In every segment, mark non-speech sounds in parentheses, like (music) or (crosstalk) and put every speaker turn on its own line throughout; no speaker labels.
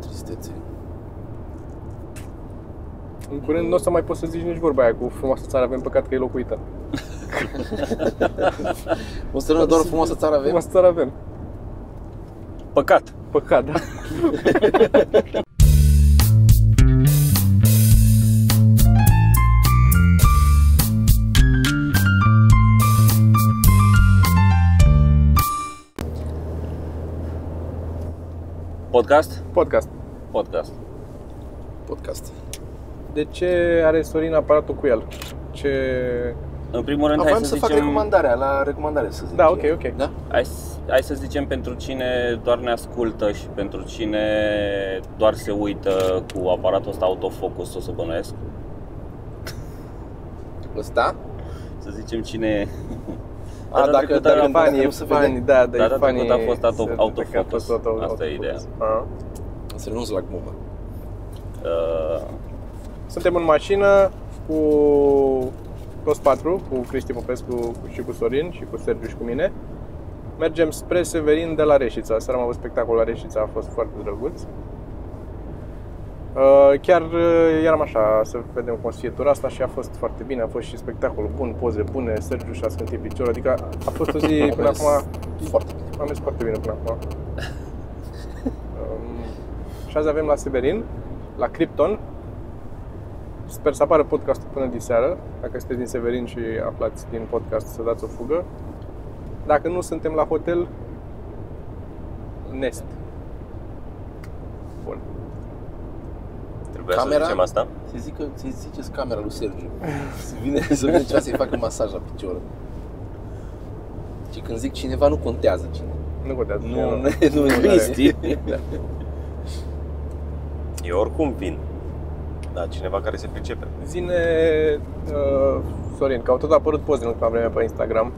tristețe.
În curând nu o să mai poți să zici nici vorba aia cu frumoasă țară avem păcat că e locuită.
O să rămână doar frumoasă țară avem?
Frumoasă țară avem.
Păcat.
Păcat, da.
Podcast?
Podcast.
Podcast.
Podcast.
De ce are Sorin aparatul cu el? Ce...
În primul rând,
Am
hai
voiam
să,
să
zicem,
fac recomandarea, la recomandare să zic.
Da,
eu.
ok, ok.
Da?
hai, s- hai să zicem pentru cine doar ne ascultă și pentru cine doar se uită cu aparatul ăsta autofocus, o să bănuiesc.
Ăsta?
Să zicem cine...
A,
Data
dacă,
trecută
dacă,
eram
dacă
Fanii,
nu
e
se
fanii,
vede,
da, da,
Data
e fanii.
trecută a fost auto-
se-
autofocus.
că a fost auto-
Asta e
autofocus.
ideea.
Ah.
să renunț la glumă.
Uh,
Suntem în mașină cu toți patru, cu Cristi Popescu și cu Sorin și cu Sergiu și cu mine. Mergem spre Severin de la Reșița. Seara am avut spectacol la Reșița, a fost foarte drăguț. Uh, Chiar uh, eram așa să vedem cum o să fie tura asta și a fost foarte bine, a fost și spectacol bun, poze bune, Sergiu și-a scântit piciorul, adică a fost o zi
Am
până
mers
acum
Foarte bine.
am mers foarte bine până acum. Um, și azi avem la Severin, la Krypton. Sper să apară podcastul până diseară. Dacă sunteți din Severin și aflați din podcast, să dați o fugă. Dacă nu, suntem la hotel Nest. Bun.
trebuia
Camera?
să zicem asta.
Să zic că să ziceți camera lui Sergiu. Să vine, să vine ceva să-i facă masaj la picior. Și când zic cineva, nu contează cine.
Nu contează.
Nu,
Eu-
nu, nu,
Cristi.
Da.
Eu oricum vin. Da, cineva care se pricepe.
Zine, uh, Sorin, că au tot apărut poze în ultima vreme pe Instagram,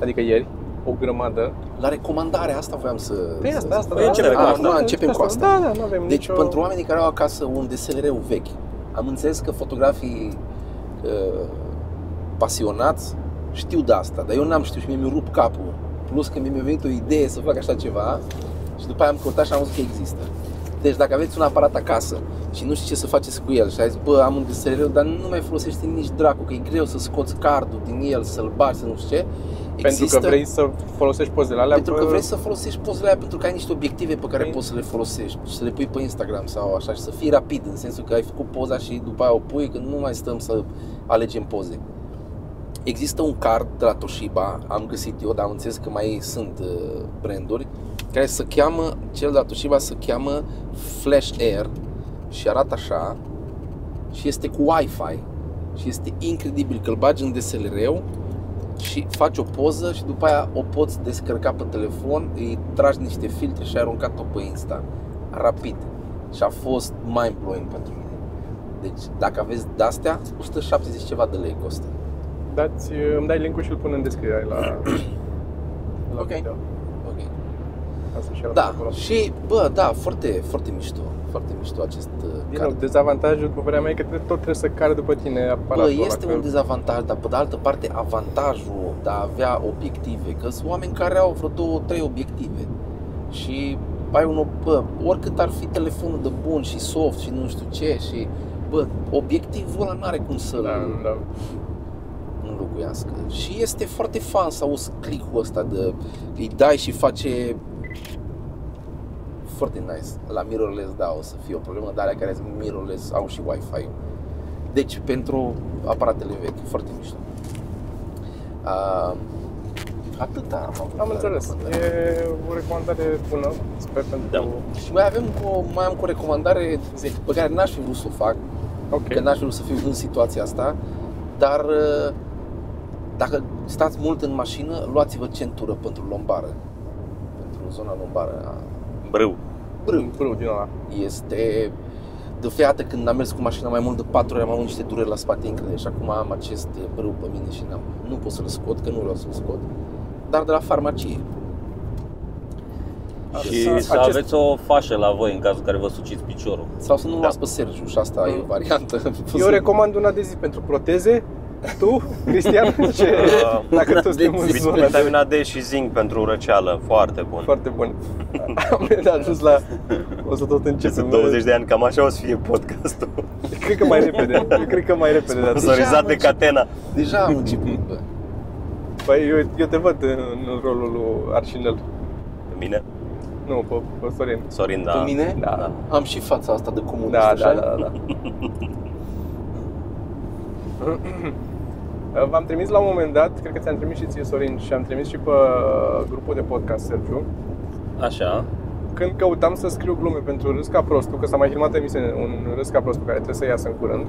adică ieri, o grămadă.
La recomandarea asta voiam să...
Păi
să-
asta, asta.
Păi începem
da,
cu
da,
asta.
da,
Începem cu asta.
Da, da, nu avem
Deci,
nicio...
pentru oamenii care au acasă un DSLR vechi, am înțeles că fotografii uh, pasionați știu de asta, dar eu n-am știut și mie mi rup capul. Plus că mi-a venit o idee să fac așa ceva și după aia am căutat și am văzut că există. Deci dacă aveți un aparat acasă și nu știți ce să faceți cu el și ai zis, bă, am un DSLR, dar nu mai folosești nici dracu, că e greu să scoți cardul din el, să-l bagi, să nu știu ce.
Pentru că vrei să folosești pozele alea
Pentru că
bă,
vrei să folosești pozele aia pentru că ai niște obiective pe care
Păi-
poți să le folosești și să le pui pe Instagram sau așa și să fii rapid în sensul că ai făcut poza și după aia o pui când nu mai stăm să alegem poze. Există un card de la Toshiba, am găsit eu, dar am înțeles că mai sunt uh, branduri, care se cheamă, cel de la Toshiba se cheamă Flash Air și arată așa și este cu Wi-Fi și este incredibil că îl bagi în DSLR-ul și faci o poză și după aia o poți descărca pe telefon, îi tragi niște filtre și ai aruncat-o pe Insta. Rapid. Și a fost mind-blowing pentru mine. Deci, dacă aveți de-astea, 170 ceva de lei costă.
dați, îmi dai link-ul și îl pun în descriere la, la
Ok.
video.
Ok.
Ca să și arăt
Da,
acolo.
și, bă, da, foarte, foarte mișto. Foarte mișto acest uh,
Din nou,
card.
dezavantajul, după părerea mea, e că tot trebuie să care după tine aparatul
Bă,
ăla,
este
că
un dezavantaj, dar pe de altă parte avantajul de a avea obiective, că sunt oameni care au vreo două, trei obiective și ai un, ob- bă, oricât ar fi telefonul de bun și soft și nu știu ce și, bă, obiectivul ăla n-are cum să-l
da, da.
înlocuiască. Și este foarte fan să auzi click-ul ăsta de îi dai și face foarte nice. La mirrorless, da, o să fie o problemă, dar alea care sunt mirrorless au și Wi-Fi. Deci, pentru aparatele vechi, foarte mișto. Uh, atâta am avut.
Am înțeles.
da,
E o recomandare bună, sper, pentru...
Da.
Și mai avem o, mai am cu o recomandare pe care n-aș fi vrut să o fac,
Ok.
că n-aș vrea să fiu în situația asta, dar uh, dacă stați mult în mașină, luați-vă centură pentru lombară, pentru zona lombară a
Brâu.
brâu.
Brâu din ăla.
Este de fiată când am mers cu mașina mai mult de 4 ore, am avut niște dureri la spate incredibile și acum am acest brâu pe mine și n-am, nu pot să-l scot, că nu vreau să-l scot, dar de la farmacie.
Și
Acest-
să aveți o fașă la voi în cazul în care vă suciți
(laughs)
piciorul.
Sau să nu-l
Da.
las
Mm.
pe Sergiu și asta e o variantă.
Eu recomand una de zi pentru proteze, Tu,
(laughs)
Cristian, ce,
Uh,
dacă tu suntem în
deci,
zona de...
Vitamina D și zinc pentru răceală, foarte bun.
Foarte bun. Am ajuns la... O să tot începem.
Sunt 20 de ani, cam așa o să fie podcastul.
Cred că mai repede. Cred că mai repede. Dar
Sponsorizat de Catena.
Deja
Da.
am început, bă.
Păi, eu, eu te văd în, în rolul lui Arșinel.
Pe mine?
Nu, pe, pe Sorin.
Sorin, da.
Pe mine?
Da, da.
Am și fața asta de comunist,
Da,
așa?
da, da, da. da.
(laughs)
V-am trimis la un moment dat, cred că ți-am trimis și ție, Sorin, și am trimis și pe uh, grupul de podcast, Sergiu,
Așa.
când căutam să scriu glume pentru Râs ca prostul, că s-a mai filmat emisiune, un Râs ca prostul care trebuie să iasă în curând,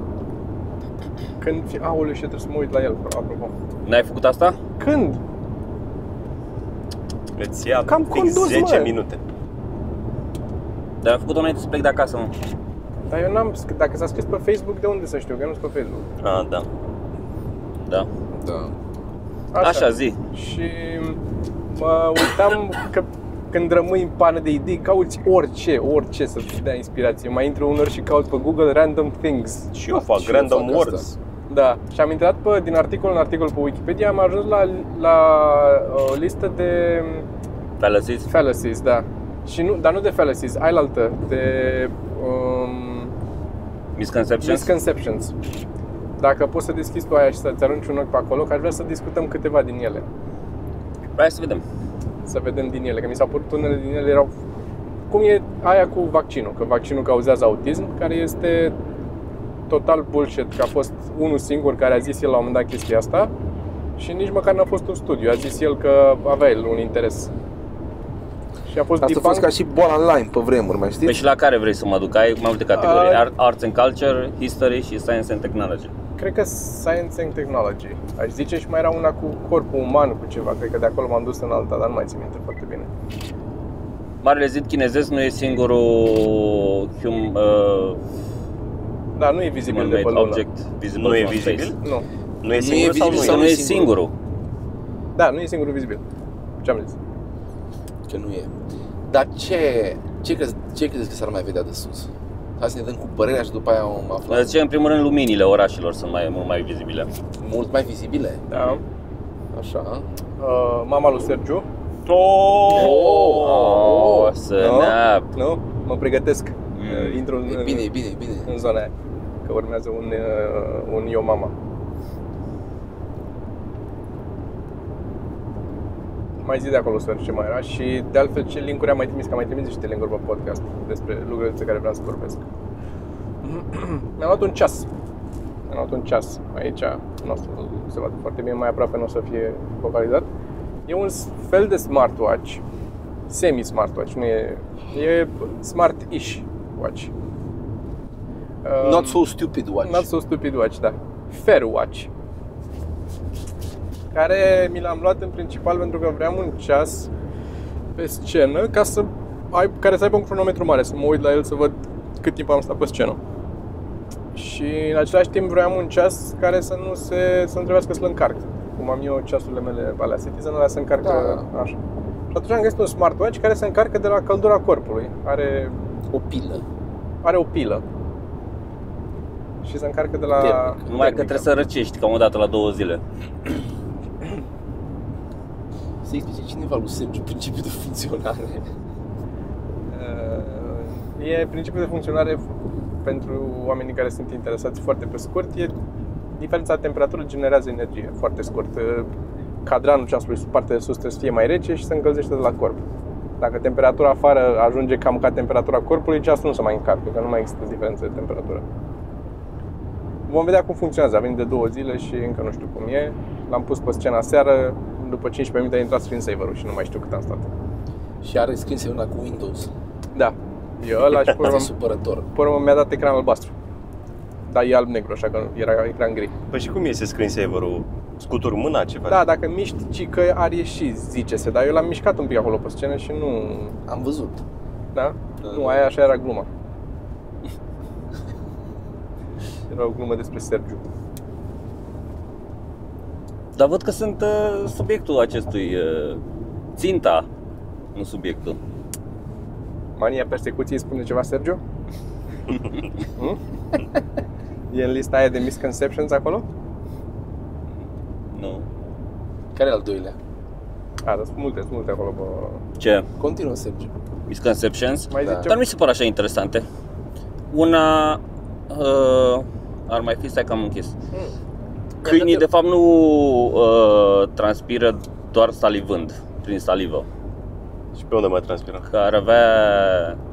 când, fi- aoleu, și eu trebuie să mă uit la el, apropo.
N-ai făcut asta?
Când?
Îți ia
Cam
fix
condus,
10
mă.
minute.
Dar am făcut-o înainte să plec de acasă, mă.
Dar eu n-am, sc- dacă s-a scris pe Facebook, de unde să știu, că eu nu sunt pe Facebook.
Ah, da.
Da.
da.
Așa, Așa zi.
Și mă uitam că când rămâi în pană de idei, cauți orice, orice să-ți dea inspirație. Mai intru unor și caut pe Google random things.
Și eu fac
și eu
random
fac
words.
asta.
Da. Și am intrat pe, din articol în articol pe Wikipedia, am ajuns la, la o listă de
Te-ai lăsit?
fallacies, da. Și nu, dar nu de fallacies, ailaltă, de um,
Misconceptions?
misconceptions. Dacă poți să deschizi tu aia și să-ți arunci un ochi pe acolo, că aș vrea să discutăm câteva din ele.
Hai să vedem. Păi
să vedem din ele, că mi s-au părut unele din ele erau cum e aia cu vaccinul, că vaccinul cauzează autism, care este total bullshit, că a fost unul singur care a zis el la un moment dat chestia asta și nici măcar n-a fost un studiu, a zis el că avea el un interes. Și a fost
Asta a fost
debunk,
ca și boala online pe vremuri, mai știi?
Păi și la care vrei să mă duc? Ai mai multe categorii.
A-
Art- Arts and Culture, History și Science and Technology.
cred că Science and Technology, aș zice, și mai era una cu corpul uman, cu ceva, cred că de acolo m-am dus în alta, dar nu mai țin minte foarte bine.
Marele zid chinezesc nu e singurul hum, uh,
Dar Da, nu e vizibil de pe lună.
human-made object visible
Nu e
from space.
vizibil?
Nu.
Nu e
Nu
singur
e
sau nu
vizibil
Sau nu
e?
e singurul.
Da, nu e singurul vizibil. Ce am zis?
Că nu e. Dar ce, ce, crezi, ce credeți că s-ar mai vedea de sus? Hai să ne dăm cu părerea și după aia o aflăm.
Îți zice, în primul rând, luminile orașelor sunt mai, mult mai vizibile.
Mult mai vizibile.
Da.
Așa.
Uh, mama lui Sergiu,
Oh, Mm. snap!
nu? Mă pregătesc, uh, intru în,
E bine, e bine, e bine.
în zona aia, că urmează un, uh, un eu mama. Mai zi de acolo, Sergiu, ce mai era și de altfel ce linkuri am mai trimis, că am mai trimis niște linkuri pe podcast despre lucrurile despre care vreau să vorbesc. Mi-am luat un ceas. Mi-am luat un ceas aici, nu o să se vadă foarte bine, mai aproape nu o să fie focalizat. E un fel de smartwatch, semi-smartwatch, nu e, e smart-ish watch. Um,
Not so stupid watch.
Not so stupid watch, da. Fair watch. Care mi l-am luat în principal pentru că vreau un ceas pe scenă ca să ai, care să aibă un cronometru mare, să mă uit la el să văd cât timp am stat pe scenă. Și în același timp vreau un ceas care să nu se, să nu trebuiască să-l încarc. Cum am eu ceasurile mele alea Citizen, alea se încarcă da. așa. Și atunci am găsit un smartwatch care se încarcă de la căldura corpului. Are,
O pilă.
are o pilă. Și se încarcă de la...
Termică.
Numai că
termică.
trebuie să răcești cam o dată la două zile.
Să explice cineva lui Sergiu principiul de funcționare.
Uh, E principiul de funcționare pentru oamenii care sunt interesați foarte pe scurt. E diferența de temperatură generează energie foarte scurt. Uh, Cadranul ceasului sub partea de sus trebuie să fie mai rece și se încălzește de la corp. Dacă temperatura afară ajunge cam ca temperatura corpului, ceasul nu se mai încarcă, că nu mai există diferență de temperatură. Vom vedea cum funcționează. A venit de două zile și încă nu știu cum e. L-am pus pe scena seară, după 15 minute a intrat screensaver-ul și nu mai știu cât am stat.
Și are scris una cu Windows.
Da, e ăla și pe
Asta e
urmă-
supărător.
Pe urmă mi-a dat ecran albastru. Dar e alb-negru, așa că nu- era ecran gri.
Păi și cum iese screensaver-ul? Scuturi mâna ce faci?
Da, dacă miști, ci că ar ieși, zice-se, dar eu l-am mișcat un pic acolo pe scenă și nu...
Am văzut.
Da?
Da,
Nu,
da.
aia așa era
(laughs)
gluma. Era o glumă despre Sergiu.
Dar văd că sunt uh, subiectul acestui uh, ținta, nu subiectul.
Mania persecuției spune ceva,
(laughs)
Sergiu? Hm? Hmm? e în lista aia de misconceptions acolo?
Nu.
Care e al doilea?
A, dar sunt multe, sunt multe acolo pe...
Ce?
Continuă, Sergiu.
Misconceptions?
Mai
Da.
zice
Dar mi se par așa interesante. Una uh, ar mai fi, stai că am închis. Câinii de fapt nu uh, transpiră doar salivând, prin salivă.
Și pe unde mai transpiră?
Că ar avea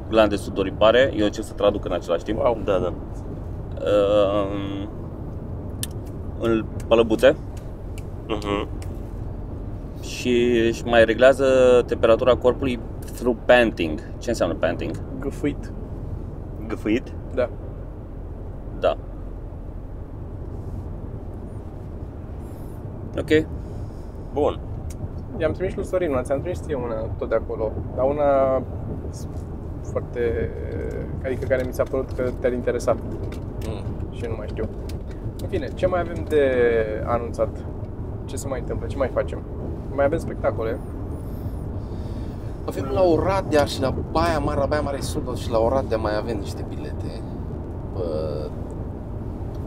glande sudoripare, eu încerc să traduc în același timp.
Wow.
Da, da.
Uh, în pălăbuțe
Mhm.
și își mai reglează temperatura corpului through panting. Ce înseamnă panting?
gâfâit.
Gâfâit?
Da.
Da. Ok.
Bun.
I-am trimis lui Sorin, una, ți-am trimis ție una tot de acolo, dar una foarte... adică care mi s-a părut că te-ar interesa
Mm.
și nu mai știu. În fine, ce mai avem de anunțat? Ce se mai întâmplă? Ce mai facem? Mai avem spectacole.
Avem la Oradea și la Baia Mare, la Baia Mare Sud și la Oradea mai avem niște bilete. Pă...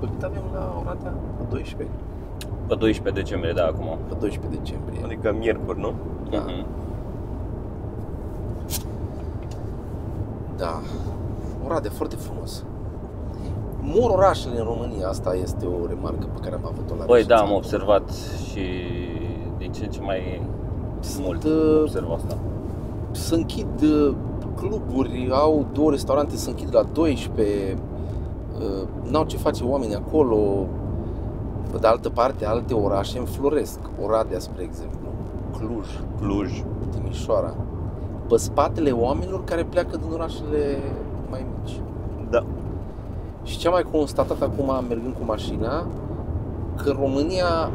Pă cât avem la Oradea? Pe 12?
Pe 12 decembrie, da, acum.
Pe 12 decembrie.
Adică miercuri, nu?
Da.
Mhm.
Da. Oradea, foarte frumos. Mor orașele în România, asta este o remarcă pe care am avut-o la
Băi,
Reșița.
da, am observat și din ce în ce mai
Sunt,
mult
uh,
observ asta.
se închid uh, cluburi, au două restaurante, se închid la 12, uh, n-au ce face oamenii acolo. Pe de altă parte, alte orașe înfloresc. Oradea, spre exemplu, Cluj,
Cluj.
Timișoara. Pe spatele oamenilor care pleacă din orașele mai mici.
Da.
Și ce am mai constatat acum, mergând cu mașina, că România,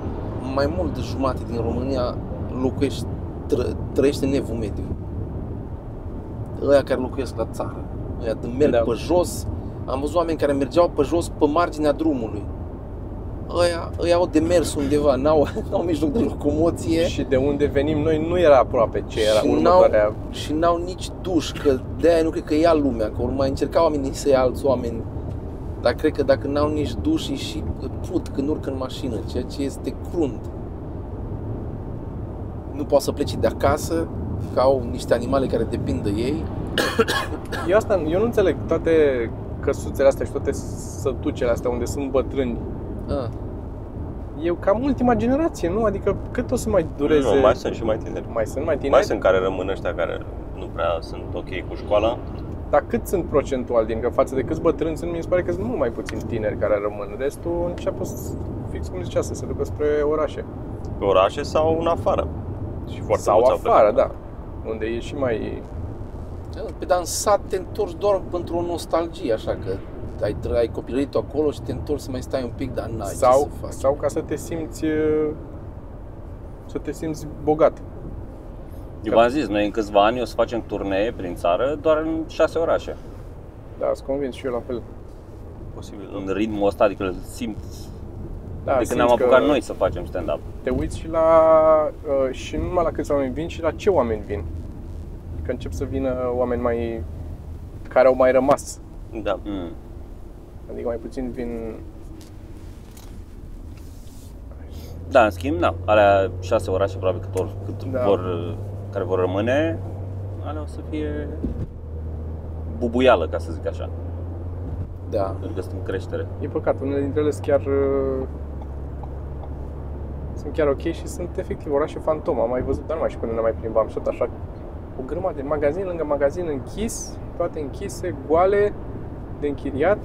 mai mult de jumate din România, locuiește, tră, trăiește în evul mediu. Ăia care locuiesc la țară, ăia de merg
Da.
da. pe jos, am văzut oameni care mergeau pe jos, pe marginea drumului. Ăia, ăia au de mers undeva, n-au, (laughs) n-au mijloc de locomoție
Și de unde venim noi nu era aproape ce era
Și
următoarea.
și n-au nici duș, că de-aia nu cred că ia lumea, că ori mai încerca oamenii să ia alți oameni, dar cred că dacă n-au nici duș, ei și put când urcă în mașină, ceea ce este crunt. Nu poți să pleci de acasă, că au niște animale care depind de ei.
Eu asta, eu nu înțeleg toate căsuțele astea și toate sătucele astea unde sunt bătrâni.
Ah,
Eu cam ultima generație, nu? Adică cât o să mai dureze?
Nu, mai sunt și mai tineri.
mai sunt mai tineri?
Mai sunt care rămân ăștia care nu prea sunt ok cu școala.
Dar cât sunt procentual din că față de câți bătrâni sunt, mi se pare că sunt mult mai puțini tineri care rămân. Restul începe să- fix cum zicea, să se ducă spre orașe.
Pe orașe sau în afară. Și foarte
Sau
mulți au plecat.
afară, da. Unde e și mai...
ah, Pe dar în sat te întorci doar pentru o nostalgie, așa că ai, tră- ai copilărit tu acolo și te întorci să mai stai un pic, dar n-ai
sau,
ce să faci.
sau ca să te simți uh, să te simți bogat.
Eu v-am zis, noi în câțiva ani o să facem turnee prin țară, doar în șase orașe.
Da, sunt convins și eu la fel.
Posibil,
În
nu?
ritmul ăsta, adică îl simt
Da,
de când
simți
am apucat
că
noi să facem stand-up.
Te uiți și la... uh, și nu numai la câți oameni vin, și la ce oameni vin. Că încep să vină oameni mai... care au mai rămas.
Da.
Mm.
Adică mai puțin vin...
Da, în schimb, na, alea șase orașe probabil cât, or, cât
Da.
da. vor, care vor rămâne, alea o să fie bubuială, ca să zic așa,
Da.
pentru că sunt în creștere.
E păcat, unele dintre ele sunt chiar uh, sunt chiar ok și sunt efectiv orașe fantomă. Am mai văzut, dar nu mai știu când ne mai plimbam și tot așa o grămadă de magazin lângă magazin închis, toate închise, goale, de închiriat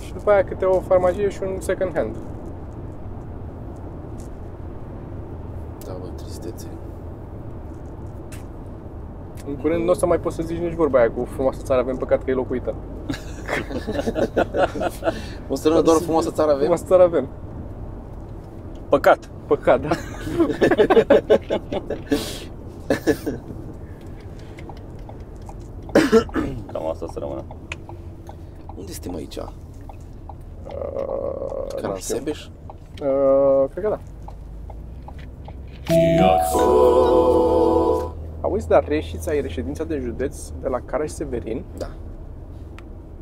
și după aia câte o farmacie și un second hand.
Da, bă, tristețe.
În curând nu o să mai poți să zici nici vorba aia cu frumoasă țară, avem păcat că e locuită.
O să rămână doar frumoasă țară avem.
Frumoasă țară avem.
Păcat!
Păcat, da.
Cam asta o să rămână.
Unde suntem aici?
Uh,
Ca
nu
la
știu.
Sebeș?
Uh, cred că da. Auzi, dar Reșița e reședința de județ de Da. la Caraș Severin?
Da.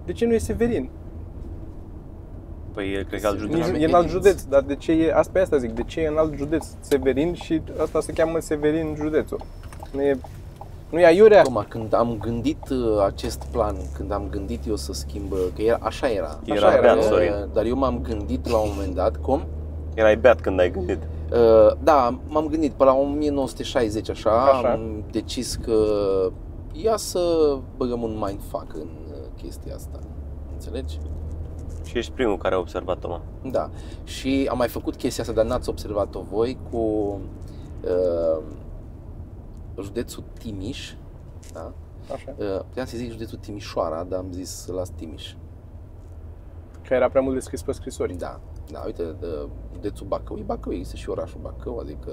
De ce nu e Severin?
Păi e, cred că alt
Nici,
județ.
e în alt județ, dar de ce e, asta e asta zic, de ce e în alt județ Severin și asta se cheamă Severin județul. Nu e, nu e aiurea?
Toma, când am gândit uh, acest plan, când am gândit eu să schimb, uh, că era, așa era.
Era
așa
beat,
uh,
Sorin.
Dar eu m-am gândit la un moment dat, cum?
Erai beat când ai gândit.
Uh, Da, m-am gândit pe la 1960 așa,
Așa.
așa. am decis că ia să băgăm un mindfuck în uh, chestia asta. Înțelegi?
Și ești primul care a observat Toma.
Da. Și am mai făcut chestia asta, dar n-ați observat-o voi, cu uh, județul Timiș. Da?
Așa.
Uh, puteam să zic județul Timișoara, dar am zis să las Timiș.
Că era prea mult descris pe scrisori.
Da, da, uite, de județul Bacău, e Bacău, există și orașul Bacău, adică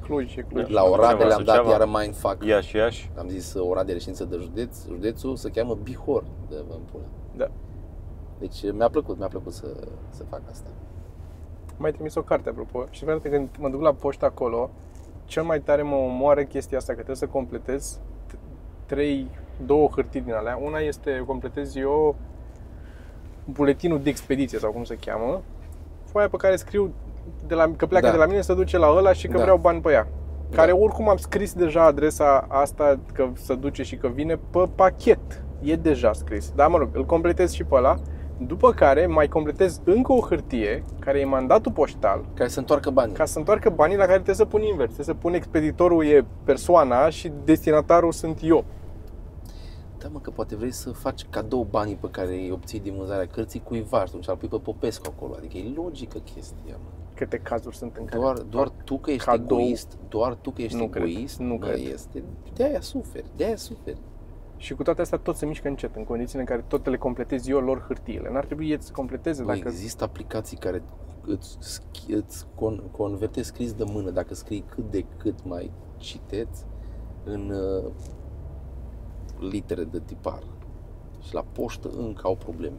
Cluj e Cluj.
Da.
la Oradele
Suceava,
le-am dat
Suceava.
iară mindfuck.
Ia și Iași.
Am zis uh, Oradele știință de județ, județul se cheamă Bihor, de vă pula.
Da.
Deci uh, mi-a plăcut, mi-a plăcut să, să fac asta.
Mai trimis o carte, apropo, și frate, când mă duc la poștă acolo, cel mai tare mă omoară chestia asta, că trebuie să completez t- trei, două hârtii din alea. Una este, completez eu buletinul de expediție, sau cum se cheamă, foaia pe care scriu de la, că pleacă
Da.
de la mine, se duce la ăla și că
Da.
vreau bani pe ea. Care
Da.
oricum am scris deja adresa asta, că se duce și că vine, pe pachet. E deja scris. Dar mă rog, îl completez și pe ăla. După care mai completez încă o hârtie, care e mandatul poștal,
Care să întoarcă banii.
ca să întoarcă banii la care trebuie să pun invers. Trebuie să pun expeditorul e persoana și destinatarul sunt eu.
Da, mă, că poate vrei să faci cadou banii pe care îi obții din vânzarea cărții cuiva și atunci îl pui pe Popescu acolo. Adică e logică chestia, mă.
Câte cazuri sunt în care...
Doar, doar tu că ești
cadou.
egoist, doar tu că ești
Nu cred,
egoist,
nu
bă,
cred.
este, de-aia suferi, de-aia suferi.
Și cu toate astea tot se mișcă încet, în condițiile în care tot le completez eu lor hârtiile. N-ar trebui ei să completeze
Bă,
dacă...
Există aplicații care îți, schi- îți con- converte scris de mână, dacă scrii cât de cât mai citeți, în uh, litere de tipar. Și la poștă încă au probleme.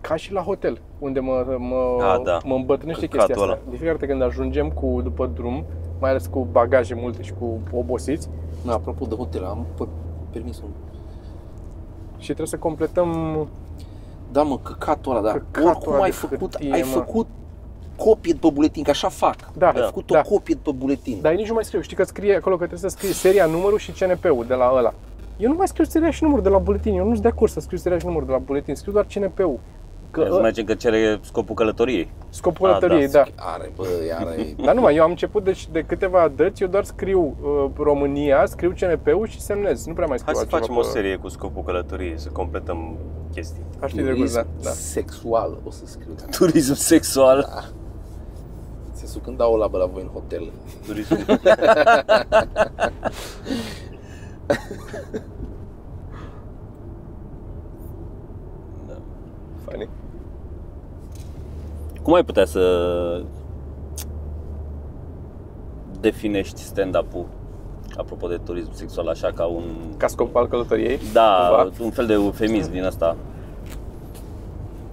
ca și la hotel, unde mă, mă,
A, da.
mă îmbătrânește
Căcatul
chestia asta.
ăla.
De fiecare dată când ajungem cu, după drum, mai ales cu bagaje multe și cu obosiți,
Na, apropo de hotel, am pe- permis un...
și trebuie să completăm...
Da, mă, căcatul ăla, dar
Căcatul ăla
oricum ai
de
făcut,
hârtie,
ai
mă.
făcut copie pe buletin, că așa fac.
Da,
Ai
da,
făcut
da.
o copie pe buletin.
Dar eu nici nu mai scriu. Știi că scrie acolo că trebuie să scrii seria, numărul și CNP-ul de la ăla. Eu nu mai scriu seria și numărul de la buletin. Eu nu-s de acord să scriu seria și numărul de la buletin. Scriu doar CNP-ul. Că
Îți
ă,
merge că cere scopul călătoriei.
scopul
A,
lătăriei, da.
Are, bă,
(laughs)
iară, e-
Dar nu mai, eu am început de, de câteva dăți, eu doar scriu uh, România, scriu CNP-ul și semnez. Nu prea mai scriu
Hai să
altceva
facem
pe-
o serie cu scopul călătoriei, să completăm chestii.
Ar fi drăguț,
turism
da. da.
sexual o să scriu.
(laughs)
da.
Turism sexual.
În sensul când dau o labă la voi în hotel,
Turism.
Funny.
Cum ai putea să definești stand-up-ul, apropo de turism sexual, așa ca un...
Ca scop al
(laughs)
călătoriei.
Da,
Cumva.
un fel de eufemism din asta,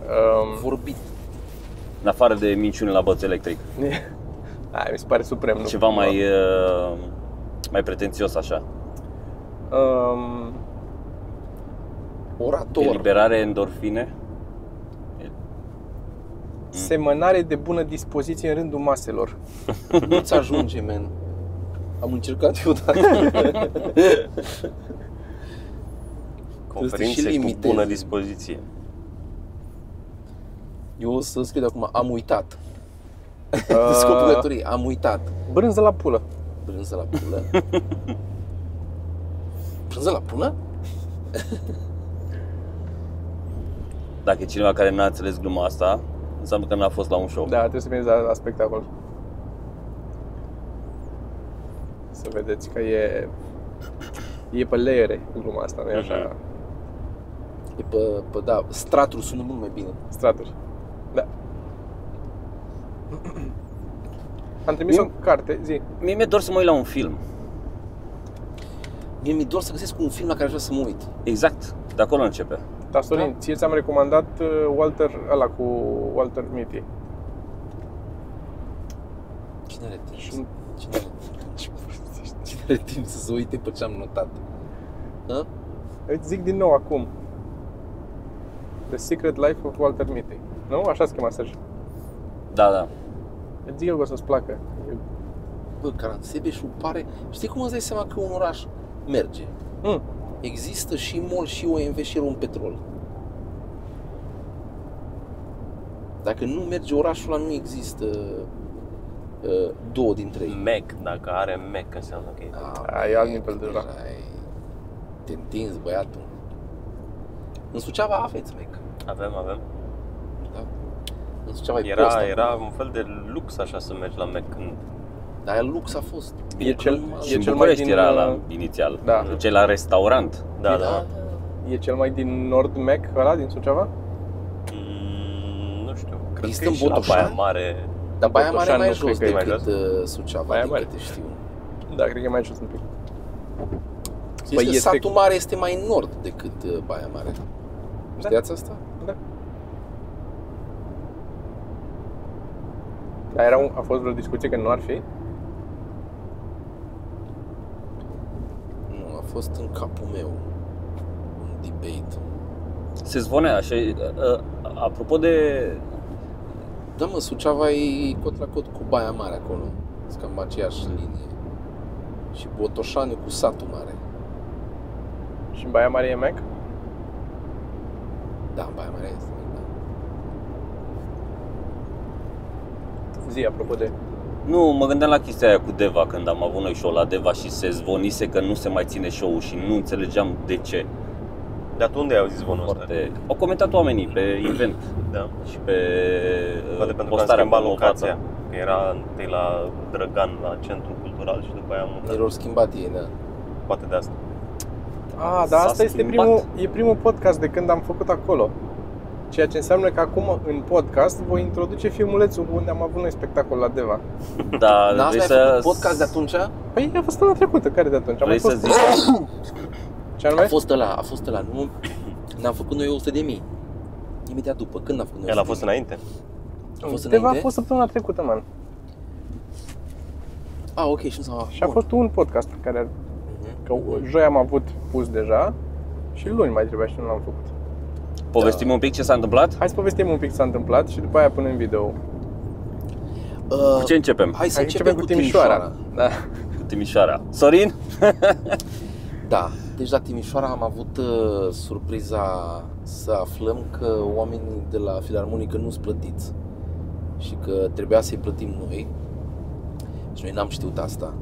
Um,
vorbit.
în afară de minciune la băț electric.
Aia mi se pare suprem. Nu?
Ceva mai,
Da.
uh, mai pretențios așa.
Um,
Orator.
Eliberare endorfine.
semănare de bună dispoziție în rândul maselor.
Nu-ți ajunge, men. Am încercat eu, dar (laughs) trebuie să te și
Conferințe cu
limitezi.
bună dispoziție.
Eu o să scriu de acum, am uitat. (laughs)
Uh,
Descopălătorii, am uitat.
Brânză la pulă.
Brânză la pulă. Brânză la pulă?
Dacă e cineva care n-a înțeles gluma asta, înseamnă că n-a fost la un show.
Da, trebuie să veniți la, la spectacol. Să vedeți că e... E pe leere gluma asta, nu e așa?
Mhm.
E pe, pe da, stratul sună mult mai bine.
Straturi. Da. Am trimis o carte, zi.
Mie mi-e dor să mă uit la un film.
Mie mi-e dor să găsesc un film la care vreau să mă uit.
Exact, de acolo începe.
Dar Sorin,
Da.
ție ți-am recomandat uh, Walter, ăla cu Walter Mitty.
Cine are timp?
Și-
Cine are timp? Cine are timp să se uite pe ce am notat? Hă?
Îți zic din nou acum. The Secret Life of Walter Mitty. Nu? Așa se chema Serge.
Da, da.
Îți zic eu că o să-ți placă.
Bă, Caransebeșul pare... Știi cum îți dai seama că un oraș merge?
Mm.
Există și MOL și OMV și un petrol. Dacă nu merge orașul ăla, nu există uh, două dintre ei.
Mac, dacă are Mac înseamnă că e.
A, e alt nivel deja.
Ai... Te întinzi, băiatul. În Suceava aveți Mac.
Avem, avem.
Da? În Suceava e prost
Era,
acum.
era un fel de lux așa să mergi la Mac când... Da,
Dar aia lux a fost.
E cel-
Normal.
e
Și în
cel mai
București
din,
era
uh,
la inițial.
da.
Cel la restaurant.
Da, da.
E cel mai din nord Mac ăla din Suceava?
Mm, nu știu, cred
Există
că e
în
și la
Botoșani?
Baia Mare.
Dar Baia Mare e
Botoșani
mai
nu
jos
cred
că e mai
decât uh, Suceava,
Baia
din
Mare.
câte știu.
Da, cred că e mai jos un pic.
Păi este... Satul Mare este mai în nord decât uh, Baia Mare. Știați asta?
Dar era un, a fost vreo discuție că nu ar fi?
Nu, a fost în capul meu un debate.
Se zvonea și, uh, apropo de...
Da, mă, Suceava e cot la cot cu Baia Mare acolo. Sunt cam aceeași linie. Și Botoșani cu satul mare.
Și în Baia Mare e Mac?
Da, Baia Mare este. Da.
Zi, apropo de...
Nu, mă gândeam la chestia aia cu Deva, când am avut noi show la Deva și se zvonise că nu se mai ține show-ul și nu înțelegeam de ce.
Dar tu unde ai auzit zvonul ăsta?
Foarte... Au comentat oamenii pe event
Da.
și pe uh,
Poate pentru că am
postarea
schimbat
promovată.
locația. Că era întâi la Drăgan, la centru cultural și după aia am mutat.
Erau schimbat ei, da.
Poate de asta.
Ah,
S-a
dar asta este
schimbat.
primul, e primul podcast de când am făcut acolo. Ceea ce înseamnă că acum, în podcast, voi introduce filmulețul unde am avut noi spectacol la Deva.
Da,
Dar
vrei
asta
să...
ai făcut podcast de atunci?
Păi a fost anul trecută, care de atunci? Am mai
Vrei să
fost...
zici?
Ce
A
anume?
fost ăla, a fost ăla, nu? (coughs) N-am făcut noi 100 de mii. Imediat după, când am făcut noi
El a
100.000?
fost înainte.
A fost
Deva a
înainte?
fost săptămâna trecută, man.
A, Ah, ok, și nu s-a...
Și a
Bun.
fost un podcast pe care
Mhm.
că joi am avut pus deja și luni mai trebuia și nu l-am făcut.
Povestim un pic ce s-a întâmplat?
Hai să povestim un pic ce s-a întâmplat și după aia punem video.
Uh,
Cu ce începem?
Hai să
Hai,
începem cu Timișoara.
Da.
Timișoara. Sorin?
Da, deci la Timișoara am avut uh, surpriza să aflăm că oamenii de la Filarmonică nu-s plătiți și că trebuia să-i plătim noi și noi n-am știut asta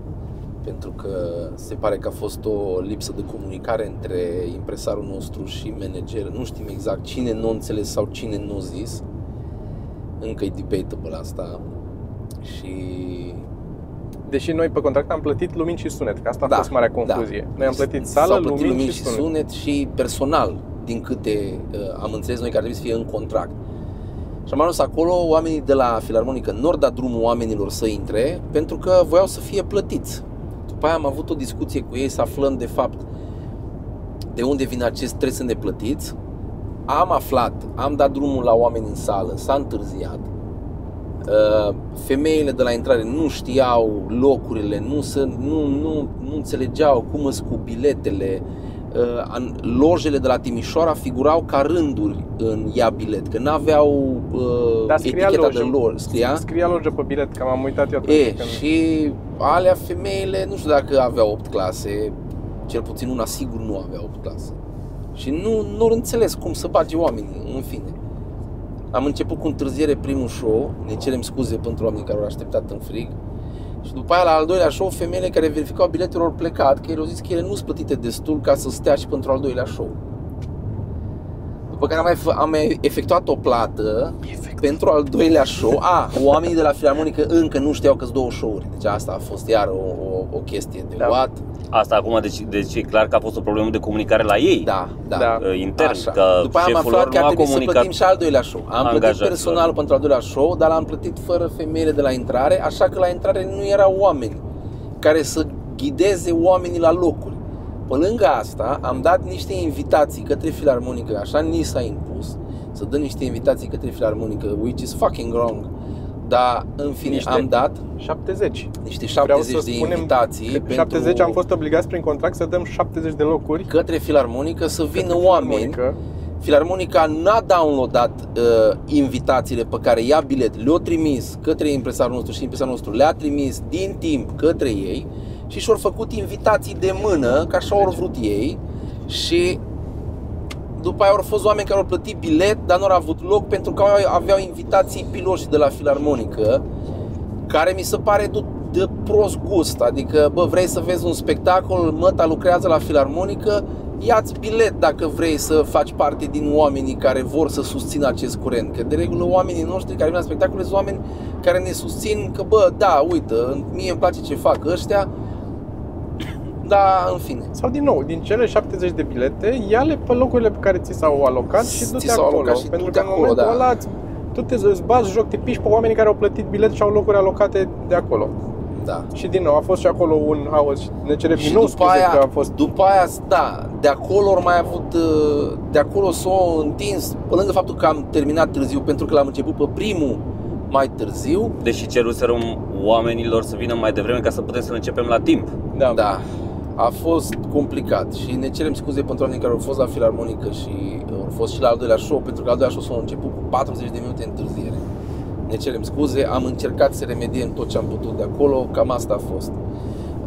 pentru că se pare că a fost o lipsă de comunicare între impresarul nostru și manager, nu știm exact cine nu a înțeles sau cine nu a zis, încă e debatable asta și
Deși noi pe contract am plătit lumini și sunet, că asta a
Da,
fost marea
da.
confuzie. Noi am plătit
S-au
sală,
plătit
lumini,
lumini
și sunet.
și personal, din câte uh, am înțeles noi că ar trebui să fie în contract. Și am ajuns acolo, oamenii de la Filarmonică n-or da drumul oamenilor să intre, pentru că voiau să fie plătiți. După aia am avut o discuție cu ei să aflăm de fapt de unde vin acest trebuie să ne plătiți. Am aflat, am dat drumul la oameni în sală, s-a întârziat. Uh, Femeile de la intrare nu știau locurile, nu, se, nu, nu, nu înțelegeau cum sunt cu biletele. Uh, an- Lojele de la Timișoara figurau ca rânduri în ia bilet, că n-aveau uh,
Dar scria
eticheta de
lojă.
lor. Scria?
Scria lojă pe bilet, că m-am uitat eu atunci
E,
când...
și alea femeile, nu știu dacă aveau 8 clase, cel puțin una sigur nu avea 8 clase. Și nu, nu înțeles cum să bage oamenii, în fine. Am început cu întârziere primul show, ne cerem scuze pentru oamenii care au așteptat în frig. Și după aia, la al doilea show, femeile care verificau biletele au plecat, că ele au zis că ele nu sunt plătite destul ca să stea și pentru al doilea show. După care am mai, fă- am mai efectuat o plată pentru al doilea show. A, oamenii de la Filarmonică încă nu știau că sunt două show-uri. Deci asta a fost iar o, o, o chestie de
Da.
da. luat.
Asta acum, deci, deci e clar că a fost o problemă de comunicare la ei.
Da, da.
Da.
da.
uh, intern,
Așa.
că
După aia am
șeful
aflat
lor
că
nu
ar
a
trebui să
comunicat. da.
plătim și al doilea show. Am plătit
angajaților.
personal pentru al doilea show, dar l-am plătit fără femeile de la intrare, așa că la intrare nu erau oameni care să ghideze oamenii la locuri. Pe lângă asta, am dat niște invitații către filarmonică, așa ni s-a impus să dă niște invitații către filarmonică, which is fucking wrong. Dar, în fine,
Niște.
am dat
70.
niște
Vreau
70
să
de
spunem
invitații
Că
pentru
70 am fost obligați prin contract să dăm 70 de locuri
către filarmonică să vină
către
oameni
Filarmonică.
Filarmonica n-a downloadat uh, invitațiile pe care i-a bilet, le-a trimis către impresarul nostru și impresarul nostru le-a trimis din timp către ei și și-au făcut invitații de mână, ca așa au vrut ei și după aia au fost oameni care au plătit bilet, dar nu au avut loc pentru că aveau invitații piloși de la filarmonică care mi se pare de, de prost gust. Adică, bă, vrei să vezi un spectacol, măta lucrează la filarmonică, ia-ți bilet dacă vrei să faci parte din oamenii care vor să susțină acest curent. Că de regulă oamenii noștri care vin la spectacole sunt oameni care ne susțin că, bă, da, uite, mie îmi place ce fac ăștia, dar în fine.
Sau din nou, din cele 70 de bilete, ia-le pe locurile pe care ți s-au alocat și
Ți
du-te
s-au
acolo.
alocat și
pentru
du-te
că în
acolo,
momentul
da.
ăla îți- tu te îți bați joc, te piși pe oamenii care au plătit bilet și au locuri alocate de acolo.
Da.
Și din nou, a fost și acolo un haos și ne cerem din nou scuze că a fost
după aia, da, de acolo au mai avut, uh, de acolo s-o întins, pe lângă faptul că am terminat târziu, pentru că l-am început pe primul mai târziu,
Deși ceruserăm oamenilor să vină mai devreme ca să putem să începem la timp.
da,
da, a fost complicat și ne cerem scuze pentru oamenii care au fost la filarmonică și uh, au fost și la al doilea show, pentru că al doilea show s-a început cu 40 de minute întârziere. Ne cerem scuze, am încercat să remediem tot ce am putut de acolo, cam asta a fost.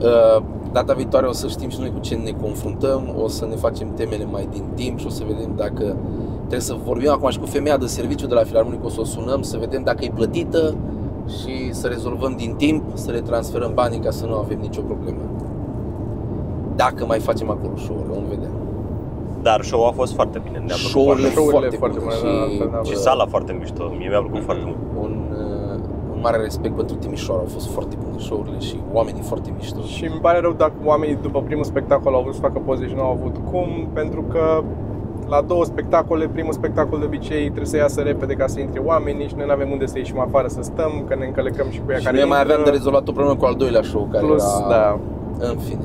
Uh, Data viitoare o să știm și noi cu ce ne confruntăm, o să ne facem temele mai din timp și o să vedem dacă trebuie să vorbim acum și cu femeia de serviciu de la Filarmonică, o să o sunăm, să vedem dacă e plătită și să rezolvăm din timp, să le transferăm banii ca să nu avem nicio problemă. Dacă mai facem acolo show-uri, vom vedea.
Dar show-ul a fost foarte bine, ne-a plăcut
Show-urile
foarte mult.
Show-urile
foarte,
foarte
bune
bune, da,
și,
altfel n-am.
Și sala foarte mișto, mie mi-a
Mm-hmm.
plăcut
Mhm.
foarte mult.
un, uh, un mare respect pentru Timișoara, au fost foarte bune show-urile și oamenii foarte mișto.
Și îmi pare rău dacă oamenii după primul spectacol au vrut să facă poze și nu au avut cum, pentru că la două spectacole, primul spectacol de obicei trebuie să iasă repede ca să intre oamenii și noi nu avem unde să ieșim afară să stăm, că ne încălecăm și cu ea
Și
care
noi mai
intră.
aveam de rezolvat o problemă cu al doilea show care
Plus,
era...
da,
În fine.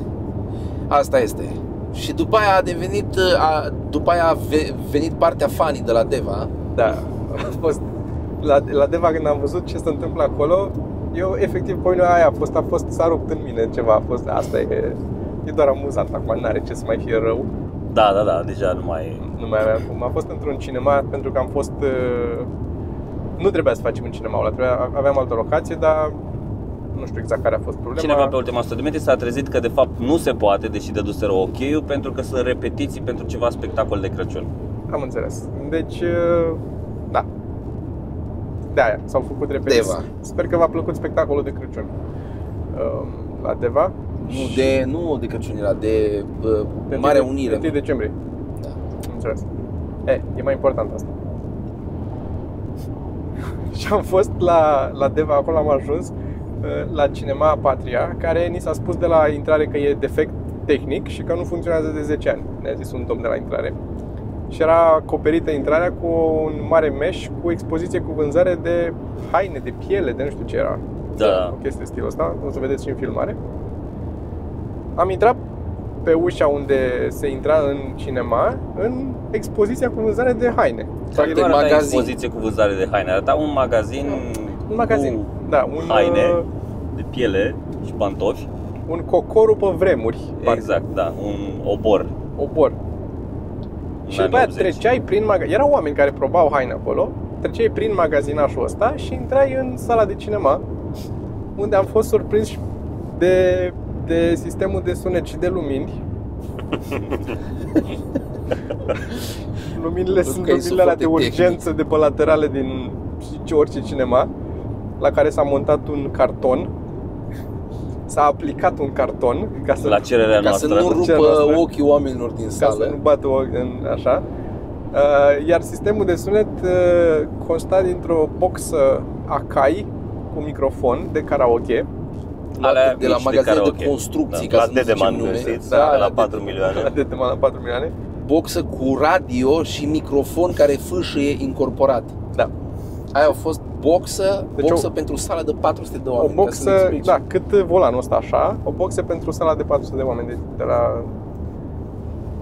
Asta este. Și după aia a devenit, uh, a, după aia a ve- venit partea fanii de la Deva.
da, a fost la, la Deva când am văzut ce se întâmplă acolo, eu efectiv poinul aia a fost, a fost, s-a rupt în mine ceva, a fost, asta e, e doar amuzant acum, n-are ce să mai fie rău.
Da, da, da, deja nu mai...
nu mai aveam cum. Am fost într-un cinema pentru că am fost... uh, Nu trebuia să facem în cinema, ăla, trebuia, aveam altă locație, dar nu știu exact care a fost problema.
Cineva pe ultima 100 de metri s-a trezit că de fapt nu se poate, deși dăduseră ok pentru că sunt repetiții pentru ceva spectacol de Crăciun.
Am înțeles. Deci, uh, da. De aia, s-au făcut repetiții.
Deva.
Sper că v-a plăcut spectacolul de Crăciun. Uh, La Deva.
Nu de, nu de Crăciun era, de uh,
Pe
Marea
1
Unire.
pe 1 decembrie.
Da.
Am Înțeles. E, e mai important asta. și Deci am fost la, la Deva, acolo am ajuns, uh, la Cinema Patria, care ni s-a spus de la intrare că e defect tehnic și că nu funcționează de 10 ani, ne-a zis un domn de la intrare. Și era acoperită intrarea cu un mare meș cu expoziție cu vânzare de haine, de piele, de nu știu ce era
Da.
o chestie stilul ăsta, o să vedeți și în filmare. Am intrat pe ușa unde se intra în cinema, în expoziția cu vânzare de haine.
Practic,
nu arăta
magazin.
expoziție cu vânzare de haine, arăta un magazin,
Un magazin,
cu
da, un,
haine.
uh,
de piele și pantofi.
un cocoru pe vremuri, exact.
Exact, da, un obor.
obor.
în
Și
anii
după aia
80.
treceai prin magazin, erau oameni care probau haine acolo, treceai prin magazinașul ăsta și intrai în sala de cinema, unde am fost surprins și de, de sistemul de sunet și de lumini. Luminile
Pentru
sunt
că e
luminile alea de
sufoc de tehnic.
urgență, de pe laterale din ce- orice cinema, la care s-a montat un carton, s-a aplicat un carton ca să
La cererea
Ca să
noastră. da,
nu
cea
rupă
noastră.
ochii oamenilor din
ca să nu
sală.
bată o- în așa. Uh, Iar sistemul de sunet uh, consta dintr-o boxă Akai cu microfon de karaoke. (laughs)
Alea
De la
mici
magazine de,
karaoke.
construcții,
Da.
ca
La
să nu zicem
Dedeman
nume.
găsiți,
Da,
da,
la
de la 4
Dedeman.
milioane.
De la 4 milioane.
Boxă cu radio și microfon care fâșâie incorporat.
Da.
Aia au fost boxă,
Deci
boxă
o-
pentru sală de 400 de
O
oameni. ca să ne
boxă,
explici.
da, cât volanul ăsta așa, o boxă pentru sala de 400 de oameni de, de la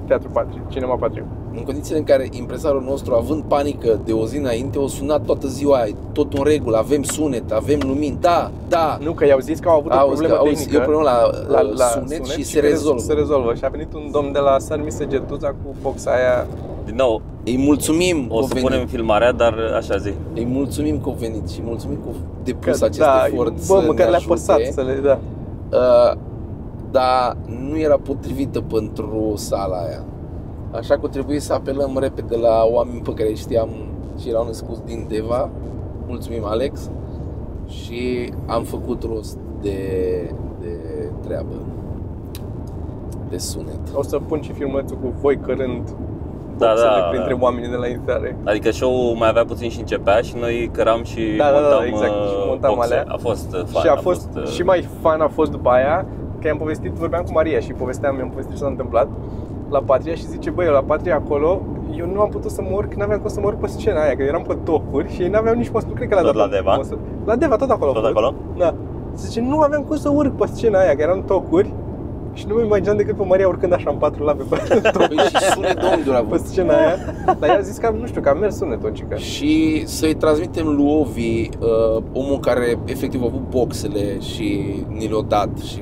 Teatru Patrie, Cinema Patrie.
În condițiile în care impresarul nostru, având panică de o zi înainte, o sunat toată ziua, "Ai tot în regulă, avem sunet, avem lumini, da, da.
Nu, că i-au zis că au avut o
Auzi,
problemă
că, auzi,
tehnică.
eu problemă la, la, la sunet, sunet și se
că
rezolvă.
Se rezolvă. Și a venit un domn de la Sărmise Getuza cu boxa aia
din nou,
Îi mulțumim
o
că
să
au venit.
punem filmarea, dar așa zi.
Îi mulțumim că au venit și mulțumim că au
Că, da,
depus acest efort
bă,
să
măcar
ne
le-a
ajute.
păsat să le, da.
Uh, dar nu era potrivită pentru sala aia. Așa că trebuie să apelăm repede la oameni pe care îi știam și erau născuți din Deva. Mulțumim, Alex. Și am făcut rost de, de treabă, de sunet.
O să pun și filmulețul cu voi cărând
Da,
boxele
da, da.
printre oamenii de la intrare.
Adică show-ul mai avea puțin și începea și noi căram și
Da, da, da,
montam,
exact,
uh,
și montam
boxe.
alea.
A fost uh, fain,
și a fost,
uh,
și mai fan a fost după aia, că i-am povestit, vorbeam cu Maria și povesteam, mi-am povestit ce s-a întâmplat la Patria și zice, băi, eu la Patria acolo, eu nu am putut să mor, că n-aveam cum să mor pe scena aia, că eram pe tocuri și ei n-aveau nici măsuri, cred că la
Tot la Deva?
măsuri. La Deva, tot acolo. a
Tot
fost.
acolo?
Da. Zice, nu aveam cum să urc pe scena aia, că eram tocuri și nu mi imagineam decât pe Maria urcând așa în patru la pe, (laughs)
Păi și sunet domnul a
pe
avut.
scena aia. Dar ea a zis că, nu știu, că a mers sunetul, cică.
Și să-i transmitem lui Ovi, uh, omul care efectiv a avut boxele și ni le-a dat și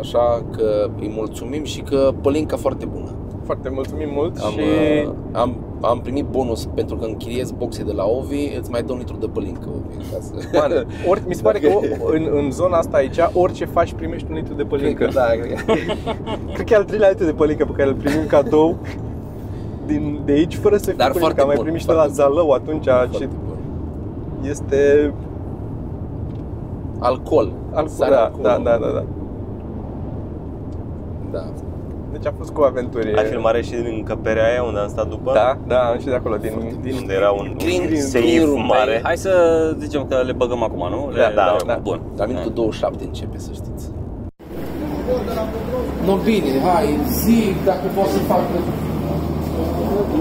așa că îi mulțumim și că pălinca foarte bună.
Foarte mulțumim mult
Am,
și...
uh, am, am primit bonus pentru că închiriez boxe de la Ovi, îți mai dau un litru de pălincă, Ovi, ca să...
Man, (laughs) ori, mi se pare
Da.
că o- în, în zona asta aici, orice faci, primești un litru de pălincă.
Cred că da, cred că-
(laughs) Cred că e al treilea litru de pălincă pe care îl primim cadou din, de aici, fără să fie
Dar
pălincă.
foarte
Am mai
bun,
primit și de la
foarte bun.
Zalău atunci
(laughs) Foarte
și
bun.
este
Alcool.
alcool.
Sare
Da,
alcool.
da, da, da, da.
da.
Deci a fost cu o aventurie.
Ai filmare și din încăperea aia unde am stat după?
Da, da, am și de acolo, din, din
Unde era un
Green-
un
green
seif
room.
mare.
Hai să zicem că le băgăm acum, nu? Le,
Da, da,
le-
da.
Bun.
La minutul
Da.
27 începe, să știți. No, bine, hai, zi dacă poți să fac...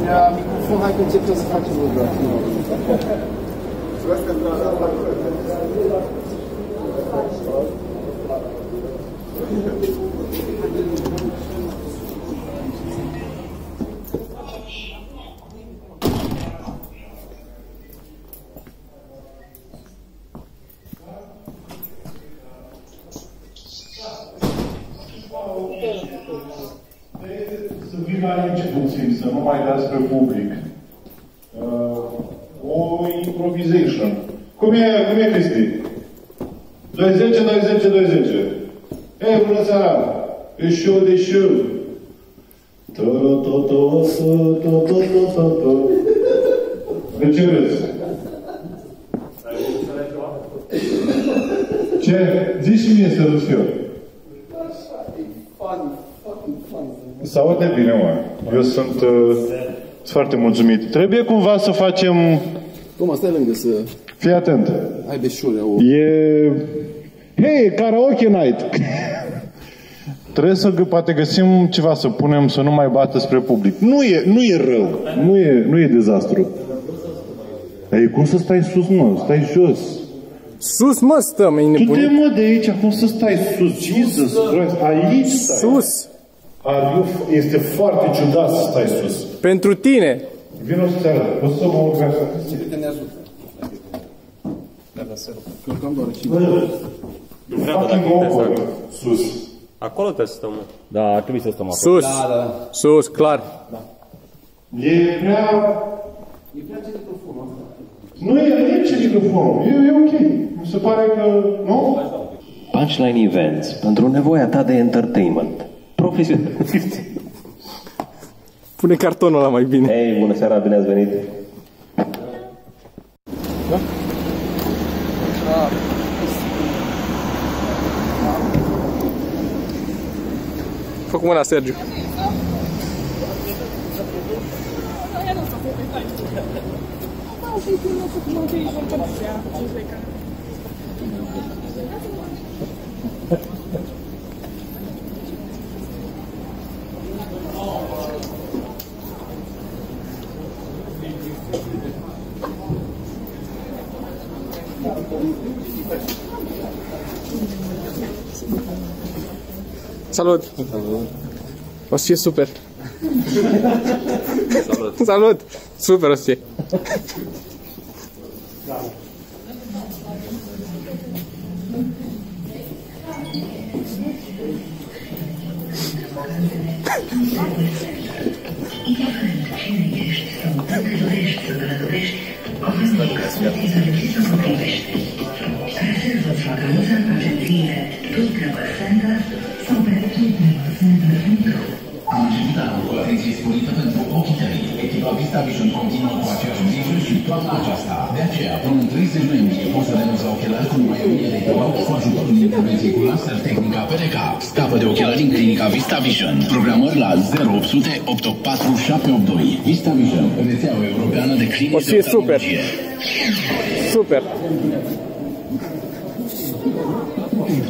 Ia microfon, hai că începem să facem lucrurile.
Să fim aici puțin, să nu mai dați pe public. Uh, o improvisation. Cum e, cum e Cristi? 210, 210, 210. Ei, bună seara! Eșu, deșu! De ce râzi? Ce? Zici și mie să râs eu. Să aude bine, mă. Eu sunt uh, foarte mulțumit. Trebuie cumva să facem...
Toma, stai lângă să
Fii atent.
ai beșurea o...
E... Hei, karaoke night! Trebuie să gă- poate găsim ceva să punem să nu mai bată spre public. Nu e, nu e rău. Nu e, nu e dezastru. Ei, cum să stai sus, mă? Stai jos.
Sus, mă, stăm, e
Tu te
nebunit.
mă de aici, cum să stai sus? Jesus Christ, aici stai.
Sus,
Ariu, este foarte ciudat să stai sus.
pentru tine.
Vino să te arăt. Poți să mă urc așa? Fucking awkward. Sus.
Acolo te stăm. mă.
Da, ar trebui să stăm acolo.
Sus, sus, clar.
E prea... Nu e nici microfonul. E, e ok. Mi se pare că... Nu?
Punchline Events pentru nevoia ta de entertainment. Profesional.
Pune cartonul ăla mai bine.
Hei, bună seara, bine ați venit.
Da? Fă cu mâna, Sergiu. Salut! O să fie super! Salut! Salut! Super o să fie!
Iată în cine ești sau unde dorești să călătorești, oferă expertizele să se potrivește. Rezervă-ți vacanța în agențiile Tour Travel Center sau pe tourtravelcenter.ro
Concentrarul cu atenție sporită pentru ochii tăi. Echipa Vista Vision continuă cu aceeași grijă și toată aceasta. De aceea, până în 30 noiembrie, poți să renunți la ochelari cu numai 1000 de euro cu ajutorul intervenției cu laser tehnica PRK. Scapă de ochelari în clinica Vista Vision. Programări la 0800 884 782. Vista Vision, rețeaua europeană de
O
clinici
să fie
de
super.
oftalmologie.
Super!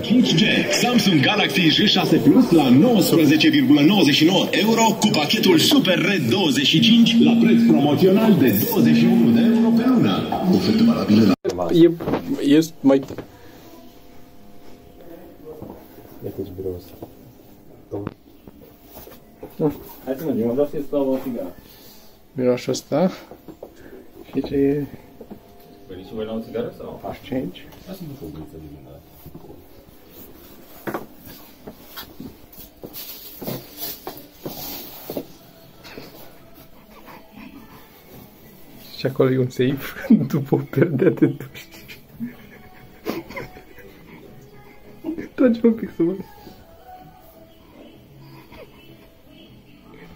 5G Samsung Galaxy J6 Plus la 19,99 euro cu pachetul Super Red 25 la preț promoțional de 21 de euro pe lună. Ofertă valabilă la
E, e mai... vlastně-
Hai să mergem, eu vreau
vlastně
să-i stau o țigară.
Miroașul ăsta. Și ce e?
Veniți și voi la o țigară sau?
Aș change. Și acolo e un safe după o perdea de duș. Trage un pic să mă...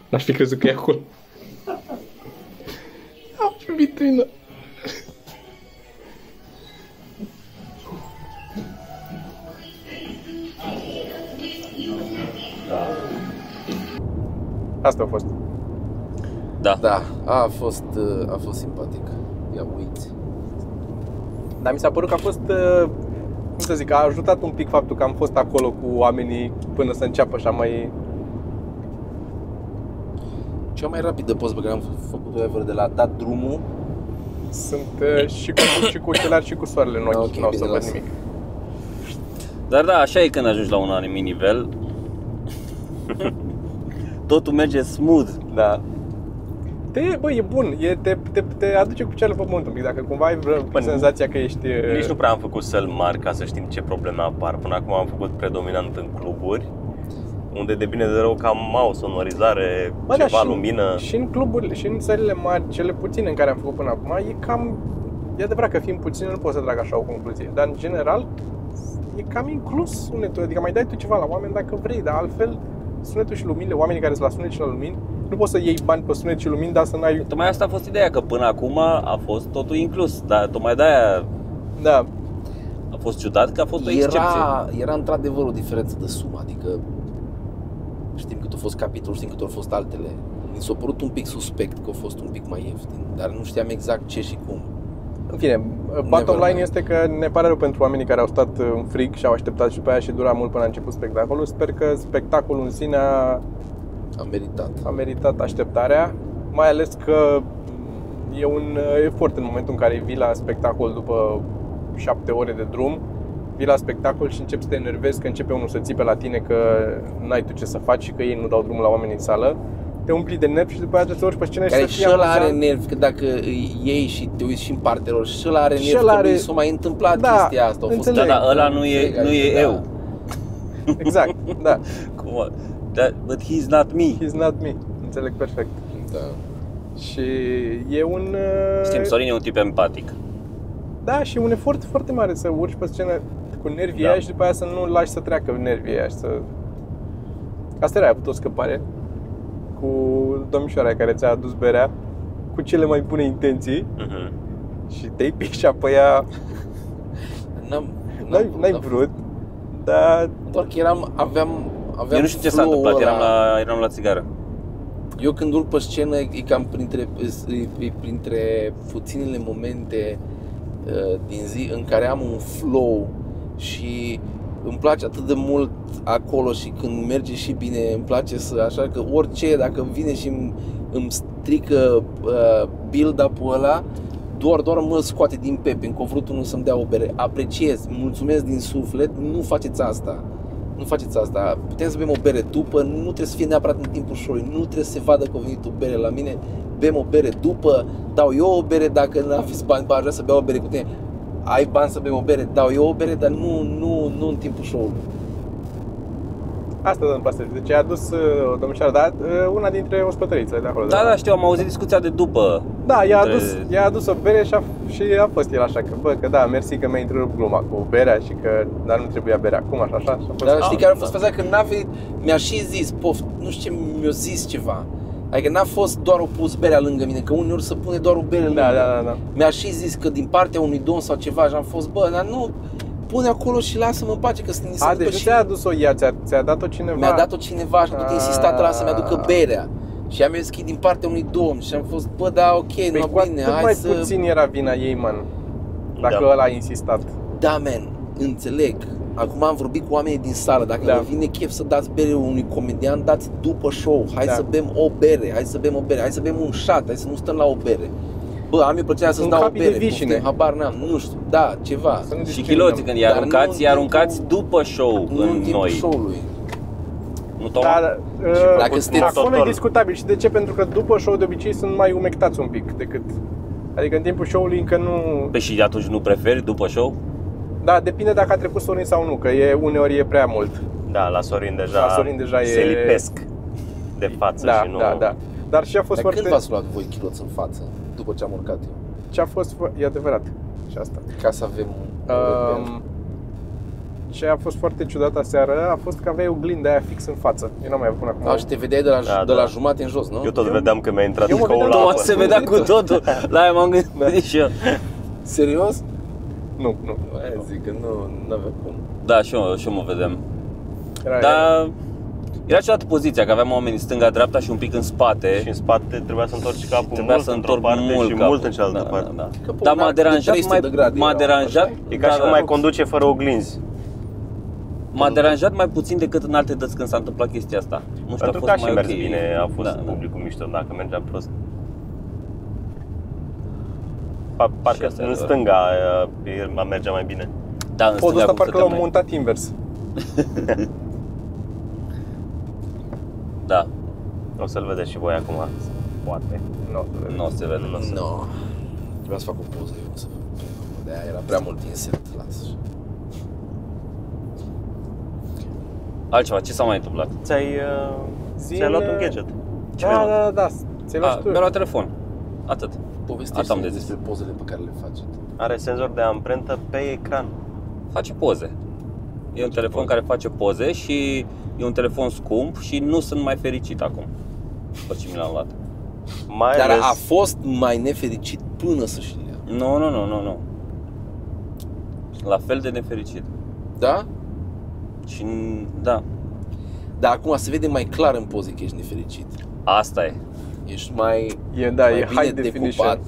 N-aș fi crezut că e acolo. Am vitrină. Asta a fost.
Da.
Da, a fost, uh, a fost simpatic. Ia uiți.
Dar mi s-a părut că a fost, uh, cum să zic, a ajutat un pic faptul că am fost acolo cu oamenii până să înceapă așa mai...
Cea mai rapidă poză pe care am f- făcut-o ever de la dat drumul,
Sunt uh, și cu, și cu ochelari și cu soarele în ochi,
Ah, Ok,
nu o să
bine,
văd
lasă.
nimic.
Dar da, așa e când ajungi la un anumit nivel. Totul merge smooth.
Da. Te, bă, e bun, e, te, te, te aduce cu cele pe pământ un pic, dacă cumva ai vreo
Bă,
senzația că ești... uh,
Nici nu prea am făcut săl mari ca să știm ce probleme apar. Până acum am făcut predominant în cluburi, unde de bine de rău cam au sonorizare,
Bă, da,
ceva
și-
lumină.
Și în cluburile, și în țările mari, cele puține în care am făcut până acum, e cam... E adevărat că fiind puțin nu pot să trag așa o concluzie, dar în general e cam inclus sunetul, adică mai dai tu ceva la oameni dacă vrei, dar altfel sunetul și luminile, oamenii care sunt la sunet și la lumini, nu poți să iei bani pe sunet și lumini, dar să n-ai...
Tocmai asta a fost ideea, că până acum a fost totul inclus. Dar tocmai de-aia
Da,
a fost ciudat că a fost o excepție.
era, era într-adevăr o diferență de sumă, adică știm cât a fost capitolul, știm cât au fost altele. Mi s-a părut un pic suspect că a fost un pic mai ieftin, dar nu știam exact ce și cum.
în fine, uh, bottom
Never
line
mind.
este că ne pare rău pentru oamenii care au stat în frig și au așteptat și pe aia și dura mult până a început spectacolul. Sper că spectacolul în sine a
Am meritat.
a meritat așteptarea, mai ales că e un uh, efort în momentul în care vii la spectacol după 7 ore de drum, vii la spectacol și începi să te enervezi că începe unul să țipe la tine că n-ai tu ce să faci și că ei nu dau drumul la oamenii în sală, te umpli de nervi și după aia te urci pe scenă
Care
și să
și
fie
ăla
amuzant.
are nervi, că dacă îi iei și te uiți și în partea lor, și ăla are
Și
nervi, că
ăla are-
nu i s-a mai întâmplat
Da,
chestia asta. A fost
înțeleg.
Da, da, ăla nu e, nu e
Adică,
eu.
Exact, da,
Cum? Da, but he's not me.
he's not me, înțeleg perfect.
Da.
Și e un... uh,
Știm, Sorin e un tip empatic.
Da, și e un efort foarte mare să urci pe scenă cu nervii
Da.
da. și după aia să nu lași să treacă nervii aia și să... Asta era, ai avut o scăpare cu domnișoara aia care ți-a adus berea cu cele mai bune intenții
Mhm.
și te-ai pișat pe ea,
N-am,
n-ai,
n-am-
n-ai
n-am-
vrut, dar
Doar că eram, aveam, aveam
Eu nu știu ce s-a
flow-ul
întâmplat,
ăla.
eram la, eram la țigară.
Eu când urc pe scenă e cam printre, e- e printre puținele momente uh, din zi în care am un flow și îmi place atât de mult acolo și când merge și bine îmi place să așa că orice dacă vine și îmi, îmi strică uh, build-up-ul ăla doar, doar mă scoate din pepe, încă a vrut unul să-mi dea o bere. Apreciez, mulțumesc din suflet, nu faceți asta. Nu faceți asta. Putem să bem o bere după, nu trebuie să fie neapărat în timpul show-ului, nu trebuie să se vadă că a venit o bere la mine, bem o bere după, dau eu o bere dacă nu aveți bani, bă, aș vrea să beau o bere cu tine. Ai bani să bem o bere, dau eu o bere, dar nu, nu, nu în timpul show-ului.
Asta dăm pastări. Deci a adus uh, o domnișoară, dar uh, una dintre ospătărițele de acolo. de
Da,
la-
da, știu, am auzit discuția de după.
Da, i-a
Între-
adus, i-a adus o bere și a, și a fost el așa că, bă, că da, mersi că mi-ai întrerupt gluma cu berea și că dar nu trebuia berea acum, așa, așa. Și a fost,
Dar știi
"Ah,
care a
da."
fost faza? Că n-a venit, mi-a și zis, pof, nu știu ce, mi-a zis ceva. Adică n-a fost doar o pus berea lângă mine, că uneori se pune doar o bere lângă
Da,
mine.
da, da, da.
Mi-a și zis că din partea unui domn sau ceva și am fost, bă, dar nu, pune acolo și lasă-mă în pace, că ni se
A,
ducă
deci nu
și
ți-a adus-o ea, ți-a, ți-a dat-o cineva.
mi-a dat-o cineva și a tot insistat la să-mi aducă
Ah.
berea. Și am ieșit din partea unui domn și am fost, bă, da, ok,
Păi
nu
cu atât
bine,
mai
hai să...
puțin era vina ei, man. Dacă
Da.
ăla a insistat.
Da, man, înțeleg. Acum am vorbit cu oamenii din sală. Dacă
Da.
da. vă vine chef să dați bere unui comedian, dați după show. Hai
Da.
da. să bem o bere, hai să bem o bere, hai să bem un shot, hai să nu stăm la o bere. Bă, am eu plăcerea să-ți
Un
dau o
capi de
bere,
vișine.
poftim, habar n-am, nu știu, da, ceva.
Să nu
Și
discriminăm.
chiloții când i
Dar nu
aruncați,
în
i aruncați
timpul-
după show
Nu
în
în timpul
noi.
show-ului.
Nu, Toma?
Dar, uh,
dacă sunteți-
acolo e
Total.
discutabil. Și de ce? Pentru că după show de obicei sunt mai umectați un pic decât... Adică în timpul show-ului încă nu...
Păi și atunci nu preferi după show?
Da, depinde dacă a trecut Sorin sau nu, că e, uneori e prea mult.
Da, la Sorin deja,
La Sorin deja
se
e-
lipesc de față
da,
și nu...
da, da. Dar și a fost
Dar când
foarte...
v-ați luat voi chiloți în față, după ce am urcat eu?
Ce a fost... fo- E adevărat. Și asta.
Ca să avem un reper.
Um, ce a fost foarte ciudat aseară a fost că aveai oglinda aia fix în față. Eu n-am mai avut până acum.
A, și te vedeai de la,
Da,
de
da.
la jumate în jos, nu?
Eu tot vedeam că mi-a intrat
Eu mă
ticăul la
vedeam-
apă.
Toma se vedea cu totul. La aia m-am gândit și eu.
Serios?
Nu, nu.
Aia zic că nu, nu avem cum.
Da, și eu, și eu mă vedeam.
Era
Dar era ciudată poziția, că aveam oamenii stânga-dreapta și un pic în spate.
Și în spate trebuia să întorci capul
Trebuia
mult
să
într-o
întorc
parte
mult
și
capul.
mult în cealaltă
da,
parte.
Da, da.
Că pe
Dar
un
m-a
arc de
deranjat,
300
mai,
de grade
m-a
era,
deranjat,
așa
E ca
da,
și
da.
cum mai conduce fără oglinzi.
m-a deranjat mai puțin decât în alte dăți când s-a întâmplat chestia asta. Nu știu,
Pentru
a
că
fost
a și
mai
mers
ok.
bine, a fost
Da, da.
publicul mișto, dacă mergea prost. Pa-
Și
Parcă
asta e
în
adevărat.
stanga e, a mergea mai bine.
Da, în
Podul
stânga
ăsta
cum
parcă
stăteam
l-au
noi.
montat invers.
Da,
O să-l vedeți și voi acum, poate.
Nu, nu.
nu se vede.
Nu o să-
Nu. Trebuia să fac o poză, eu nu să fac. De aia era prea mult insert, las.
Altceva, ce s-a mai întâmplat?
Ți-ai, uh,
Zi-
ți-ai luat un gadget.
Ce
Da,
mi-ai luat?
da, da, da. Ți-ai
Ah,
A,
luat și
mi-a
tu.
luat telefon. Atât. Asta am
Povestește-ne
de zis.
despre pozele pe care le faceți.
da. Are senzor de amprentă pe ecran.
Face poze. E un telefon care face poze și e un telefon scump și nu sunt mai fericit acum. După ce mi l-am luat.
Mai
Dar
ales
a fost mai nefericit până să-și le ia.
Nu, nu, nu, nu, nu. La fel de nefericit.
Da?
Și n- da,
Dar acum se vede mai clar în poze că ești nefericit.
asta e.
Ești mai,
E, da,
mai bine
e high
decupat.
definition.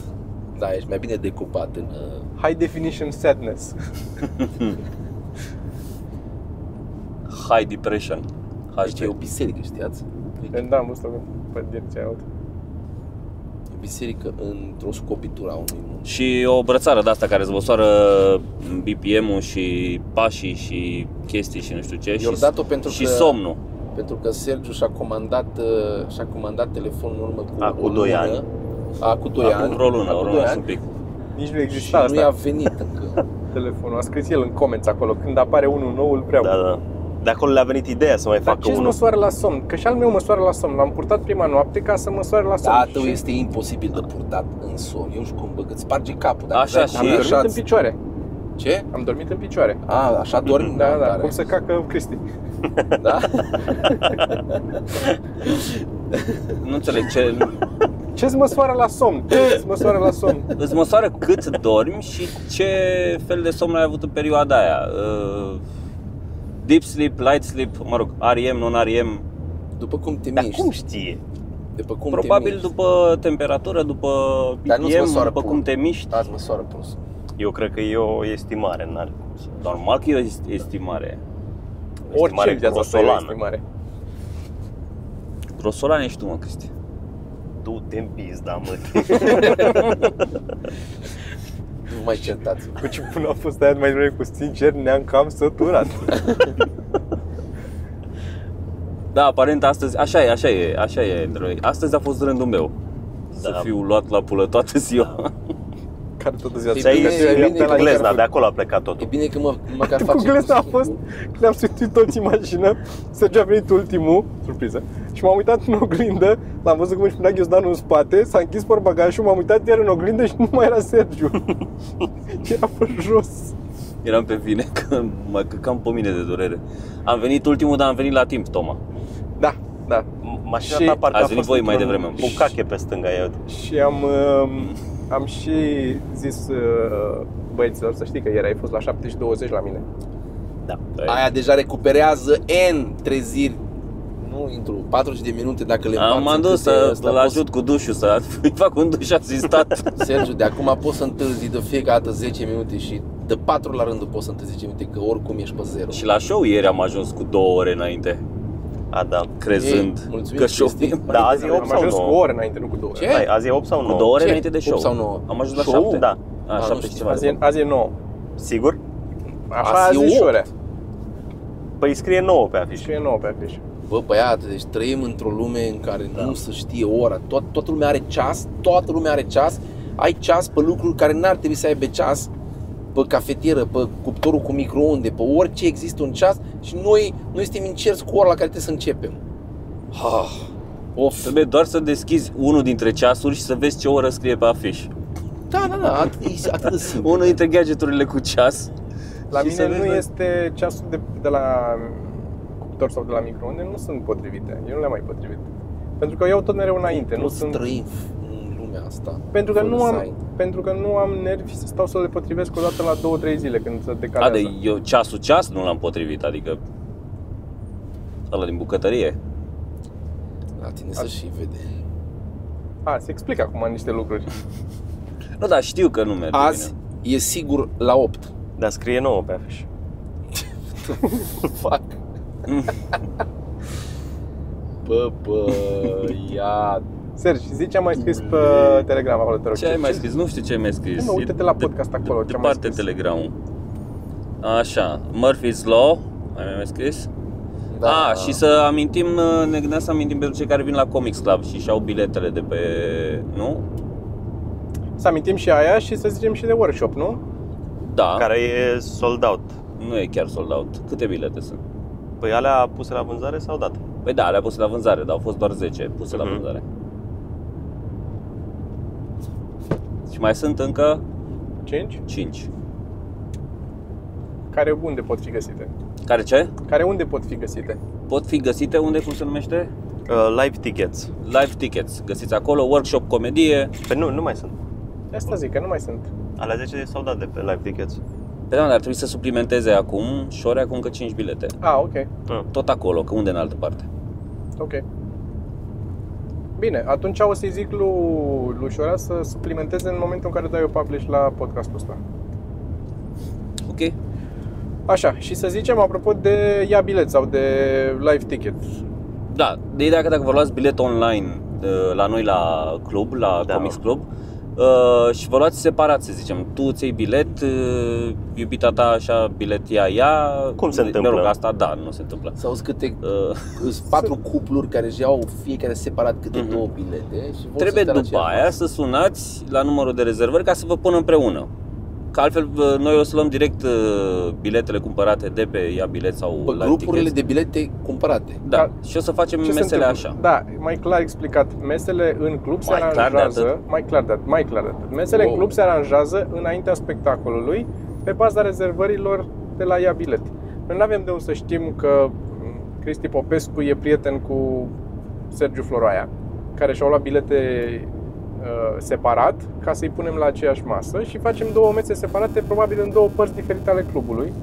Da, ești mai bine decupat în... uh,
High definition sadness.
High depression.
Deci e o
HD.
biserică, știați?
da, am văzut-o pe direcția aia.
E o biserică într-o scopitură a unui munte.
Și o brățară de asta care îți măsoară BPM-ul și pașii și chestii și nu știu ce.
I-au
și,
dat-o pentru
și
că-
somnul.
Pentru că Sergiu și-a comandat, uh, și-a comandat telefonul în urmă cu
Acum
o
doi
lună.
ani.
Acum 2 ani.
Acum vreo lună,
Acum
o
doi
lună Da, și
ani.
un pic.
Nici nu
Și
exista
nu i-a
asta,
venit
(laughs)
încă.
telefonul. A scris el în comments acolo. Când apare unul nou, îl vreau.
Da, da. De acolo le-a venit ideea să mai
Dar
facă
ce
unul.
măsoară la somn? Că și al meu măsoară la somn. L-am purtat prima noapte ca să măsoare la somn.
Da, tău
Și
este imposibil de purtat în somn. Eu știu cum, bă, că îți sparge capul. Dacă
Așa
dai
și-
cu
Am
mâna
dormit
așa,
în picioare.
Ce?
Am dormit în picioare.
A, așa
Mm-hmm.
dormi?
Da, da,
tare.
cum să cacă Cristi.
Da?
(laughs) Nu înțeleg ce...
(laughs)
Ce-ți măsoară la somn? Ce-ți măsoară la somn?
Îți măsoară cât dormi și ce fel de somn ai avut în perioada aia. Uh, Deep sleep, light sleep, mă rog, REM, non-REM.
După cum te
Dar
miști.
cum știe?
După cum te
Da, Probabil
miști.
după temperatură, după
Dar nu-ți
BPM,
măsoară
după
pulsul.
cum te miști.
Azi măsoară prost.
Eu cred că e o estimare, n-are cum să...
Normal că e o est- estimare.
Orice
mare
în viața asta e o
grosolană.
estimare.
Grosolan ești tu, mă, Cristi.
Tu te da, mă.
Nu mai certați.
Cu ce bun a fost aia mai devreme cu sincer, ne-am cam săturat.
Da, aparent astăzi, așa e, așa e, așa e. Andrei. Astăzi a fost rândul meu. Să
Da.
fiu luat la pulă toată ziua.
care toată ziua.
E
Ți-ai
bine,
găsit
e bine,
cu
e bine.
glezna, de acolo a plecat
E
totul.
bine că mă,
(laughs)
măcar
Cu
facem
glezna a fost, le-am suitit toți în mașină, Sergiu a venit ultimul, surpriză, și m-am uitat în oglindă, l-am văzut cum își punea ghiozdanul în spate, s-a închis portbagajul, m-am uitat iar în oglindă și nu mai era
(laughs)
Sergiu. era pe jos.
Eram pe vine (laughs) că mă căcam pe mine de durere. Am venit ultimul, dar am venit la timp, Toma.
Da, da.
M- Mașina
Și
ta parcă
ați
a
venit
fost
voi mai
într-un
devreme.
Bucache pe stânga, eu.
Și am, um, am și zis uh, băieților, să știi că ieri ai fost la 7 și 20 la mine.
Da.
Aia deja recuperează N treziri. Nu intru, 40 de minute dacă le
Am
împarți
m-am
în
dus
câte
să
ăsta,
l
poți-
ajut cu dușul, să (laughs) îi fac un duș asistat.
(laughs) Sergiu, de acum poți să întârzi de fiecare dată 10 minute și de 4 la rândul poți să întârzi 10 minute, că oricum ești pe zero.
Și la show ieri am ajuns cu două ore înainte,
A, da.
Ei,
crezând
mulțumim,
că show
Cristi.
Da, azi e 8
Am
sau
ajuns cu
9?
o oră înainte, nu cu două.
Ce?
Hai, azi e 8 sau 9?
Cu două ore
Ce?
înainte de
Opt
show.
sau nouă?
Am ajuns la
Show?
șapte.
Da.
A,
nu
șapte și
știu.
ceva.
Azi
de
e, azi e 9.
Sigur?
Așa a
Azi e
zis și
opt.
Orea.
Păi scrie 9 pe afiș.
Și e 9 pe afiș.
Bă, băiat, deci trăim într-o lume în care da. nu se știe ora. Tot, toată lumea are ceas, toată lumea are ceas. Ai ceas pe lucruri care n-ar trebui să aibă ceas, pe cafetieră, pe cuptorul cu microunde, pe orice există un ceas și noi, noi suntem incerți cu ora la care trebuie să începem. Ha, of.
Trebuie doar să deschizi unul dintre ceasuri și să vezi ce oră scrie pe afiș.
Da, da, da, atât, e atât (laughs) de simplu.
Unul dintre gadgeturile cu ceas.
La
Și să
mine nu
vezi-
este ceasul de, de la cuptor sau de la microunde, nu sunt potrivite. Eu nu le-am mai potrivit. Pentru că eu iau tot mereu înainte, nu
Poți
sunt
trăim în lumea asta.
pentru că
fără
nu
să
am
ai-
pentru că nu am nervi să stau să le potrivesc o dată la 2-3 zile când se
A, de
decalează.
eu ceasul ceas nu l-am potrivit, adică ăla din bucătărie.
La tine să și vede.
A, se explică acum niște lucruri.
Nu, dar știu că nu merge
Azi
bine.
e sigur la 8.
Da, scrie 9 pe afiș.
Fac. Bă, bă, ia...
Sergi, zici ce am mai scris pe Telegram acolo, te rog.
Ce ai mai scris? Nu știu ce mi-ai scris.
Nu, mă, uite-te la podcast acolo, ce
De,
am mai
departe
scris.
telegramul. Așa, Murphy's Law, ai mai scris? Da. A, și să amintim, ne gândeam să amintim pentru cei care vin la Comics Club și și-au biletele de pe... Nu?
Să amintim și aia și să zicem și de workshop, nu?
Da, care...
Care e sold out.
nu e chiar sold out. Câte bilete sunt?
Păi alea puse la vânzare sau date?
Păi da, le-a pus la vânzare, dar au fost doar 10 puse la
Mhm.
vânzare. Și mai sunt încă
5?
5.
Care unde pot fi găsite?
Care ce?
Care unde pot fi găsite?
Pot fi găsite unde, cum se numește?
Uh, live tickets.
Live tickets. Găsiți acolo workshop comedie.
Păi nu, nu mai sunt.
Asta zic, că nu mai sunt.
Alea 10 s-au dat de pe live tickets.
Pe da, dar ar trebui să suplimenteze acum și ori acum încă 5 bilete.
A, ok,
Tot acolo, că unde în altă parte.
ok. Bine, atunci o să-i zic lui Lușora să suplimenteze în momentul în care dai eu publish la podcastul ăsta.
Ok?
Așa, și să zicem apropo de ia bilet sau de live ticket.
Da, de ideea că dacă vă luați bilet online uh, la noi la club, la
Da.
Comics Club, uh, și vă luați separat, să zicem. Tu îți iei bilet, uh, iubita ta așa bilet ea, ea.
Cum se
Mă
întâmplă?
rog, asta da, nu se întâmplă.
Sau câte
Uh,
sunt patru cupluri care își iau fiecare separat câte
Mhm.
două bilete și vor
trebuie
să stea la
după
aceeași
aia
masă.
să sunați la numărul de rezervări ca să vă pun împreună. Că altfel vă- noi o să luăm direct uh, biletele cumpărate de pe Ia Bilet sau
Pe
la
grupurile
tickets.
de bilete cumpărate.
Da, și o să facem
se
mesele
întâmplă?
așa.
Da, mai clar explicat, mesele în club se
Mai clar de
aranjează,
atât?
mai clar de atât, mai clar de atât. Mesele în
Wow.
club se aranjează înaintea spectacolului pe baza rezervărilor de la ia bilet. Noi nu avem de unde să știm că m, Cristi Popescu e prieten cu Sergiu Floroaia, care și-au luat bilete uh, separat ca să-i punem la aceeași masă și facem două mese separate, probabil în două părți diferite ale clubului.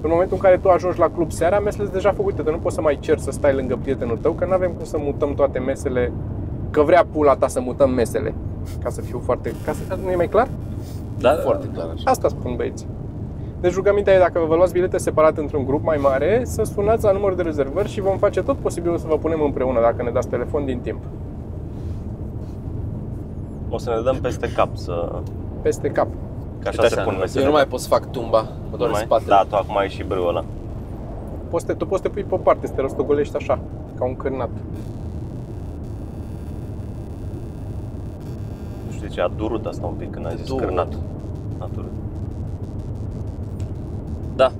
În momentul în care tu ajungi la club seara, mesele sunt deja făcute, dar nu poți să mai ceri să stai lângă prietenul tău, că nu avem cum să mutăm toate mesele, că vrea pula ta să mutăm mesele. Ca să fiu foarte... Ca să... Nu e mai clar?
Da,
Foarte clar așa.
Asta spun băieții. Deci rugămintea e dacă vă luați bilete separat într-un grup mai mare, să sunați la număr de rezervări și vom face tot posibilul să vă punem împreună dacă ne dați telefon din timp.
O să ne dăm peste cap să...
Peste cap.
Ca așa
Uite
se
așa,
pun
Eu nu
mesele.
mai pot să fac tumba, mă doare
Da. mai?
spatele.
Da, tu acum ai și brâul ăla.
Poți să te, tu poți să te pui pe o parte, să te rostogolești așa, ca un cârnat.
Nu știu de zice, a durut asta un pic când a zis
două
cârnat. A durut.
Da.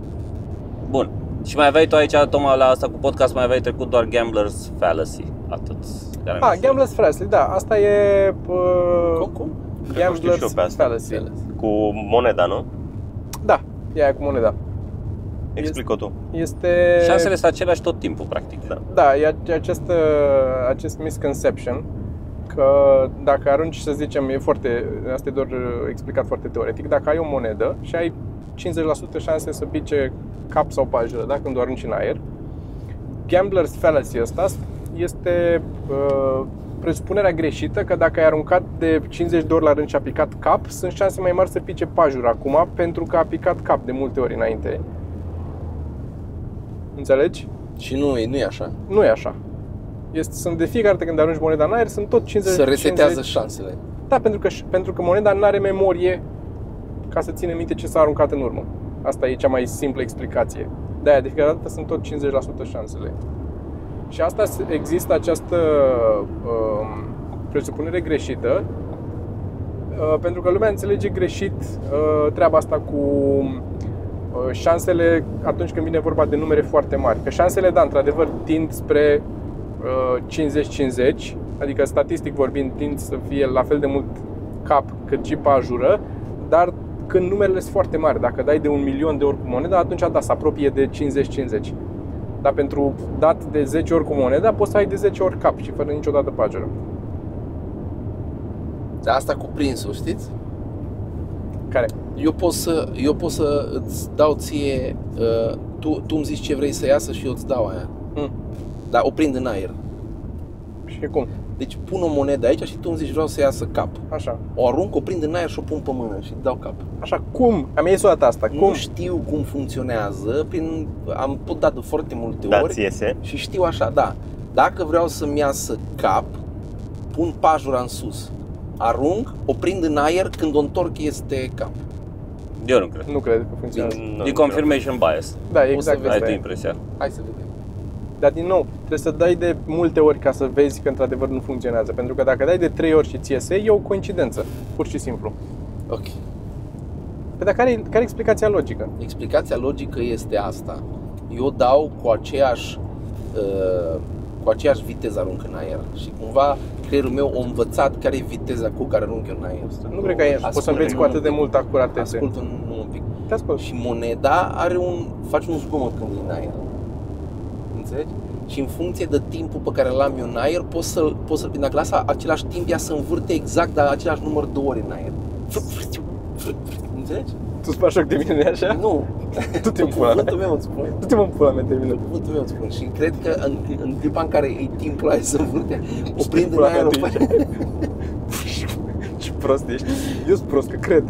Bun. Și mai aveai tu aici, Toma, la asta cu podcast, mai aveai trecut doar Gambler's Fallacy. Atât. Care mi
Ah,
se-
Gambler's Fallacy, da, asta e... Uh,
Cum? cum?
că știu și eu pe
Gambler's
asta.
Fallacy.
Cu moneda, nu?
Da, e aia cu moneda.
Explică tu.
Este...
Șansele sunt aceleași tot timpul, practic.
Da.
Da, e ace- acest, uh, acest misconception că dacă arunci, să zicem, e foarte, asta e doar uh, explicat foarte teoretic, dacă ai o monedă și ai 50% șanse să pice cap sau pajă, da, când o arunci în aer, gambler's fallacy ăsta este uh, presupunerea greșită că dacă ai aruncat de 50 de ori la rând și a picat cap, sunt șanse mai mari să pice pajul acum pentru că a picat cap de multe ori înainte. Înțelegi?
Și nu e, nu e așa.
Nu e așa. Este, sunt de fiecare dată când arunci moneda în aer, sunt tot 50
Se resetează
50
șansele.
Da, pentru că, și- pentru că moneda nu are memorie ca să ține minte ce s-a aruncat în urmă. Asta e cea mai simplă explicație. De aia, de fiecare dată sunt tot 50% șansele. Și asta se- există această uh, presupunere greșită uh, pentru că lumea înțelege greșit uh, treaba asta cu uh, șansele atunci când vine vorba de numere foarte mari. Că șansele, da, într-adevăr, tind spre uh, 50-50, adică statistic vorbind, tind să fie la fel de mult cap cât și pajură, dar când numerele sunt foarte mari, dacă dai de un milion de ori cu moneda, atunci da, se apropie de 50-50. Dar pentru dat de 10 ori cu moneda, poți să ai de 10 ori cap și fără niciodată pajură.
Dar asta cu prinsul, știți?
Care?
Eu pot să, eu pot să îți dau ție, uh, tu, tu îmi zici ce vrei să iasă și eu îți dau aia.
Mm.
Dar o prind în aer.
Și cum?
Deci pun o monedă aici și tu îmi zici vreau să iasă cap.
Așa.
O arunc, o prind în aer și o pun pe mână și dau cap.
Așa, cum? Am ies o dată asta. Cum?
Nu știu cum funcționează, prin, am pot dat de foarte multe
Da,
ori
ți iese.
și știu așa, da, dacă vreau să-mi iasă cap, pun pajura în sus, arunc, o prind în aer, când o întorc este cap.
Eu nu cred.
Nu cred că funcționează.
Nu,
Din
nu știu.
confirmation bias.
Da,
O să
exact.
vezi.
asta
Ai
e.
tu impresia.
Hai să vedem.
Dar din nou, trebuie să dai de multe ori ca să vezi că într-adevăr nu funcționează. Pentru că dacă dai de 3 ori și ți iese, e o coincidență, pur și simplu.
Ok.
Păi dar care, care e explicația logică?
Explicația logică este asta. Eu dau cu aceeași, uh, cu aceeași viteză arunc în aer și cumva creierul meu a învățat care e viteza cu care arunc eu în aer.
Nu cred că e, poți să înveți cu atât de mult acuratețe.
Ascult un, un pic.
Te ascult.
Și moneda are un, face un zgomot când e în aer. Înțelegi? Și în funcție de timpul pe care l-am eu în aer, pot să-l, pot să-l prind. Dacă lasă același timp, ea se învârte exact, dar același număr de ori în aer. Înțelegi?
Tu îți faci joc de mine așa?
Nu,
Tu te pula mea.
cuvântul meu îți spune.
Tu te mă pula mea, termină.
Cuvântul meu îți spun. Și cred că în, în clipa în care e timpul ăla să învârte, o prind în
pula mea
aer. o
de
prind-
(laughs) Ce prost ești. Eu sunt prost că cred.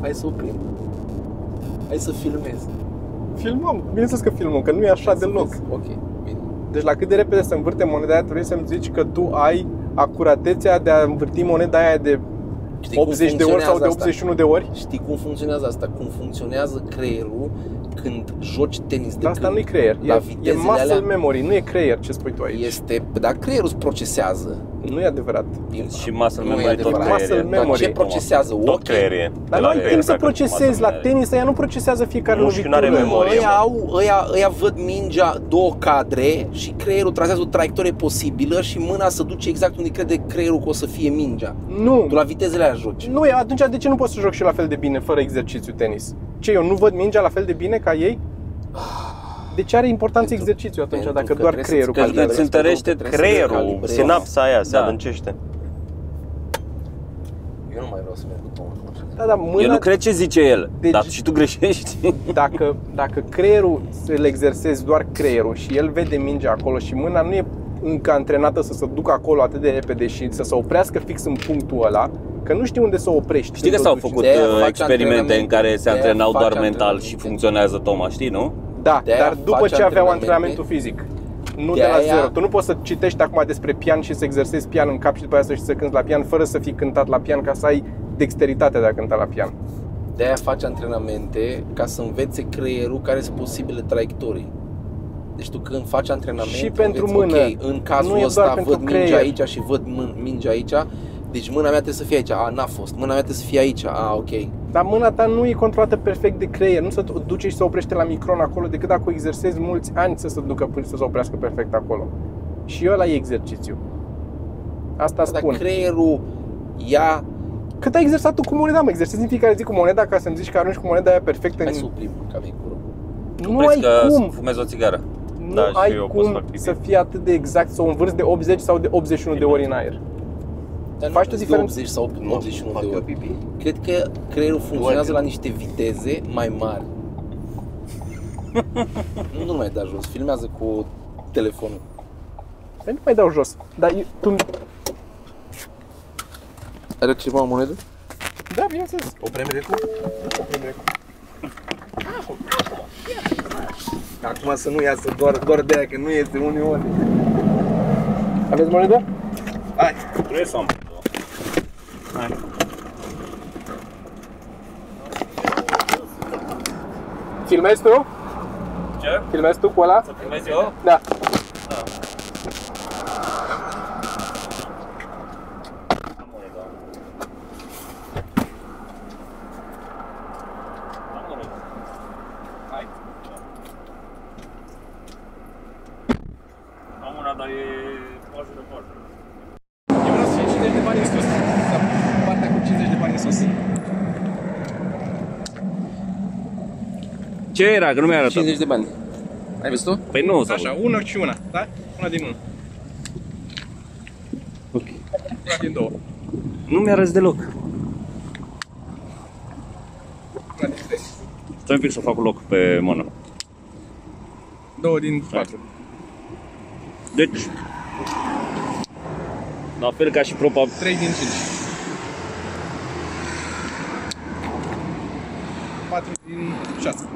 Hai să o prind. Hai să filmez.
Filmăm. Bineînțeles că filmăm, că nu e așa deloc.
Ok, bine.
Deci la cât de repede se învârte moneda aia, trebuie să-mi zici că tu ai acuratețea de a învârti moneda aia de
Știi Deci cum
80 de ori sau
funcționează
de
asta?
81 de ori.
Știi cum funcționează asta? Cum funcționează creierul când joci tenis de
Dar asta
când
nu-i creier,
la
e, e
vitezele
muscle
alea-
memory, nu e creier ce spui tu aici.
este, dar creierul îți procesează.
Nu e adevărat.
Și muscle
Nu e
memory tot
adevărat.
creierie.
Muscle
Dar
memory.
ce procesează?
Tot
Ochii?
creierie.
Dar nu ai timp să procesezi la
memory.
tenis, ea nu procesează fiecare
Nu știu,
lovitură.
n-are
Mă,
memorie.
Ăia, au, ăia, ăia văd mingea două cadre și creierul trasează o traiectorie posibilă și mâna se duce exact unde crede creierul că o să fie mingea.
Nu,
Tu la vitezele aia joci.
nu e, atunci de ce nu poți să joci și la fel de bine fără exercițiu tenis? Ce, eu nu văd mingea la fel de bine ca ei? De ce are importanță
Pentru-
exercițiu atunci
pentru
dacă
că
doar
trebuie să-ți
creierul?
Că
calibrează,
îți întărește
trebuie să
Creierul,
recalibrezi.
sinapsa aia se
Da.
adâncește.
Eu nu mai vreau să merg cu Toma.
Da, da,
Eu
mâna,
nu cred ce zice el,
Deci-
dar și tu greșești.
dacă, dacă creierul, îl exersezi doar creierul și el vede mingea acolo și mâna nu e încă antrenată să se ducă acolo atât de repede și să se oprească fix în punctul ăla, că nu știi unde să o oprești.
Știi că
când o
s-au
duci.
făcut
de aia
uh,
faci
experimente în
antrenamente,
care se
de aia
antrenau
faci
doar mental și
antrenamente.
funcționează Toma, știi, nu?
Da,
De-aia
dar după
faci
ce aveau
antrenamente.
antrenamentul fizic. Nu de,
De
la
aia-
zero. Tu nu poți să citești acum despre pian și să exersezi pian în cap și după aia să știi să cânti la pian fără să fii cântat la pian ca să ai dexteritatea de a cânta la pian.
De aia faci antrenamente ca să învețe creierul care sunt posibile traiectorii. Deci tu când faci antrenament
Și pentru
înveți,
mână.
ok, în cazul
Nu e doar
ăsta
pentru
văd mingea
creier.
aici și văd mân- mingea aici, Deci mâna mea trebuie să fie aici, a, n-a fost, mâna mea trebuie să fie aici, a, ok.
Dar mâna ta nu e controlată perfect de creier, nu se duce și se oprește la micron acolo decât dacă o exersezi mulți ani să se ducă până să se oprească perfect acolo. Și ăla e exercițiu. Asta
Dar
spun.
creierul ia,
Cât ai exersat tu cu moneda? Mă exersezi în fiecare zi cu moneda ca să-mi zici că arunci cu moneda aia perfect în...
hai să oprim, că mi-e cu rău.
Nu ai cum!
fumezi o țigară.
Nu
Da, și
ai
eu pot să
cum
fac chestia
să fii atât de exact, să o învârți de 80 sau de 81 de ori în aer.
Dar nu
Faci tu
de
diferență?
80 sau 81 de
Fac eu
ori.
pipi.
Cred că creierul funcționează la niște viteze mai mari. nu mai da jos, filmează cu telefonul.
Dar Păi nu mai dau jos. Dar eu, tu...
Are ceva monedă?
Da, bineînțeles.
Oprim recu? Acum să nu iasă doar, doar de aia, că nu este uneori.
Aveți monedă?
Hai!
Trebuie să am.
Filmezi tu?
Ce?
Filmezi tu cu ăla?
Să fumezi eu?
Da.
da. Am una, dar e poază de poază.
Eu vreau să 50 de bani în sus. Sau Partea cu 50 de bani în sus.
Ce era? Că nu mi-a arătat.
50 de bani. Ai văzut tu?
Păi nu s-a
Așa, una și una, da? Una din una.
Ok.
Una din două.
Nu mi-a arăs deloc.
Una din trei.
Stai un pic să fac loc pe mână.
Două din patru.
Deci, la fel ca și proba...
Trei din cinci. Patru din șase.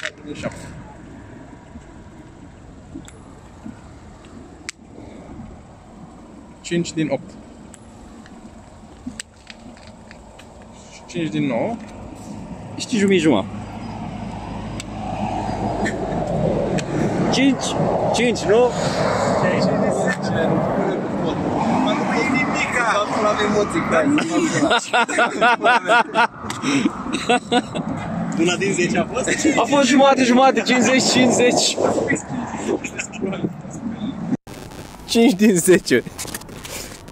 Patru din șapte. Cinci din opt. Cinci din nouă.
Știi jumii juma. 5, 5, nu?
Cine nu pune cu pot. Dar nu e nimica! Acum am emoții, da, Una din 10 a fost?
A fost jumate, jumate, 50, 50.
5 din 10.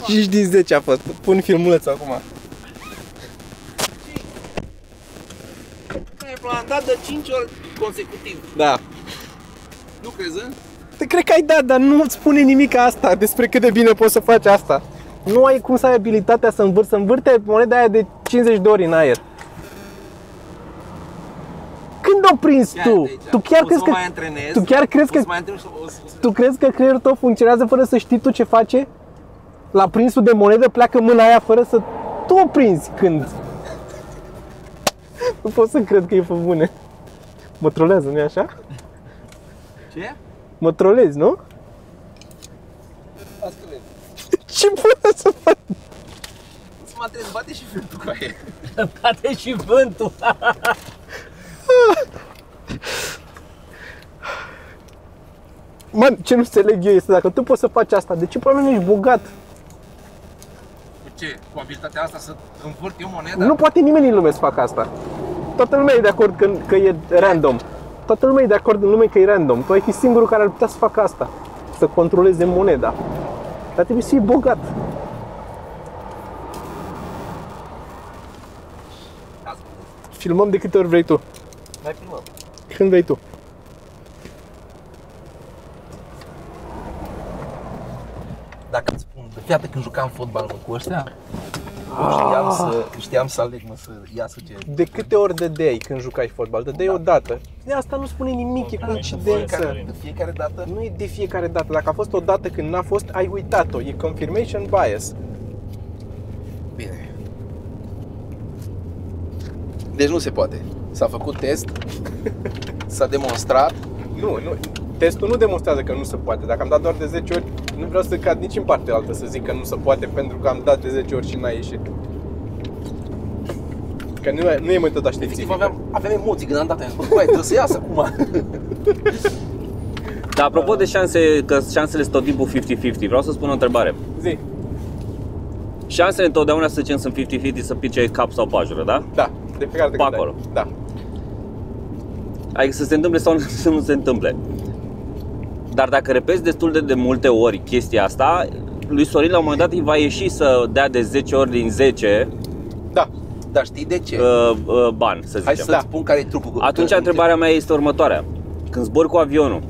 5 din 10 a fost. Pun filmuleț acum.
Ai plantat de 5 ori consecutiv.
Da.
Nu crezi? eh?
Te cred că ai dat, dar nu îți spune nimic asta despre cât de bine poți să faci asta. Nu ai cum să ai abilitatea să învârți, să învârte moneda aia de 50 de ori în aer. Când o prinzi tu? Tu chiar crezi că
deci, mai antrenezi,
tu chiar crezi
o să
că
mai antrenezi, o să- o să-
tu crezi că creierul tău funcționează fără să știi tu ce face? La prinsul de monedă pleacă mâna aia fără să tu o prinzi când. Nu pot să cred că e pe bune. Mă trolează, nu-i așa?
Ce?
Mă trolezi, nu?
Asta vezi.
(laughs) Ce bună să fac?
O să mă antrenezi, bate și filmul cu aia.
Bate și vântul.
Man, ce nu înțeleg eu este dacă tu poți să faci asta, de ce până ești bogat?
Cu ce? Cu abilitatea asta să învârt eu moneda?
Da. Nu poate nimeni în lume să facă asta. Toată lumea e de acord că, că e random. Toată lumea e de acord în lume că e random. Tu ai fi singurul care ar putea să facă asta. Să controleze moneda. Dar trebuie să fii bogat. Filmăm de câte ori vrei tu.
Da. Mai filmăm.
Când vrei tu.
Dacă îți spun, fii atent când jucam fotbal mă, cu ăștia, eu
Ah.
știam să, știam să aleg, mă, să iasă ce...
De câte ori dădeai când jucai fotbal? Dădeai o dată. De asta nu spune nimic, e coincidență.
De fiecare dată
Nu e de fiecare dată. Dacă a fost o dată când n-a fost, ai uitat-o. E confirmation bias.
Bine. Deci nu se poate. S-a făcut test, s-a demonstrat,
Nu, nu. Testul nu demonstrează că nu se poate. Dacă am dat doar de 10 ori, nu vreau să cad nici în partea altă să zic că nu se poate pentru că am dat de 10 ori și n-a ieșit. Că nu e, nu e
Deci,
metoda
efectiv
științifică.
aveam, aveam emoții când am dat, am zis, "Bă, băi, trebuie să iasă acum.
Dar apropo de șanse, că șansele sunt tot timpul 50-50, vreau să spun o întrebare.
Zi.
Șansele întotdeauna, să zicem, sunt 50-50 să pice cap sau pajură, da?
Da, de fiecare dată
Pe
când
acolo.
ai. Da.
Adică să se întâmple sau (laughs) să nu se întâmple. Dar dacă repezi destul de, de multe ori chestia asta, lui Sorin la un moment dat îi va ieși să dea de 10 ori din 10
Da.
Dar știi de ce?
uh, uh, bani, să
Hai
zicem.
să-ți spun care e trucul.
Atunci întrebarea mea este următoarea. Când zbori cu avionul,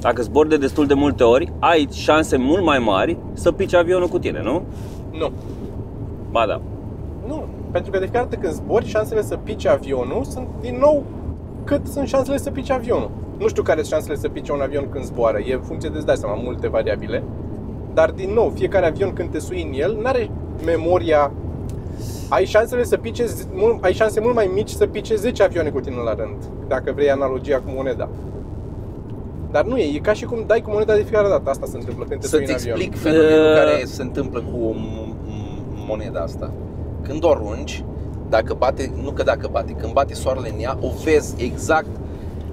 dacă zbori de destul de multe ori, ai șanse mult mai mari să pici avionul cu tine, nu?
Nu.
Ba da.
Nu, pentru că de fiecare dată când zbori, șansele să pici avionul sunt din nou cât sunt șansele să pici avionul. Nu știu care sunt șansele să pice un avion când zboară, e în funcție de dai seama, multe variabile. Dar din nou, fiecare avion când te sui în el, nu are memoria ai șansele să pice, z- mult- ai șanse mult mai mici să pice 10 avioane cu tine la rând, dacă vrei analogia cu moneda. Dar nu e, e ca și cum dai cu moneda de fiecare dată, asta se întâmplă când te sui
Să-ți
în avion.
explic fenomenul
Uh,
care se întâmplă cu o m- m- moneda asta. Când o arunci, dacă bate, nu că dacă bate, când bate soarele în ea, o vezi exact,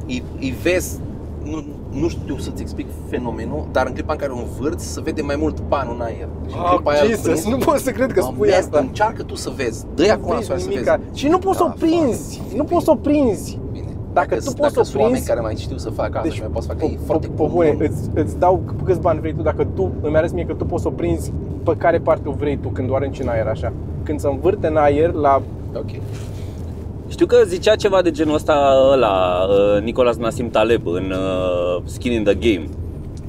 îi, îi vezi, nu, nu știu să-ți explic fenomenul, dar în clipa în care o învârți, se vede mai mult panul în aer. Și în clipa
Ah,
aia îl
Jesus,
prinzi.
nu pot să cred că
Am
spui
mers,
asta.
Încearcă tu să vezi, dă-i acum la
vezi
soare să vezi.
nimica. Și nu poți să o
Da,
prinzi, nu poți să o prinzi.
Bine.
Dacă tu
sunt-
poți să
dacă
o
sunt oameni
prinzi-
care mai știu să facă asta
Deci,
și mai poți să facă,
Pe,
e foarte
pe bune,
comun.
îți, îți dau c- câți bani vrei tu dacă tu îmi arăți mie că tu poți să o prinzi pe care parte o vrei tu când o arunci în aer așa. Când se învârte în aer la...
Ok.
Știu că zicea ceva de genul ăsta la Nicolas Nassim Taleb în uh, Skin in the Game.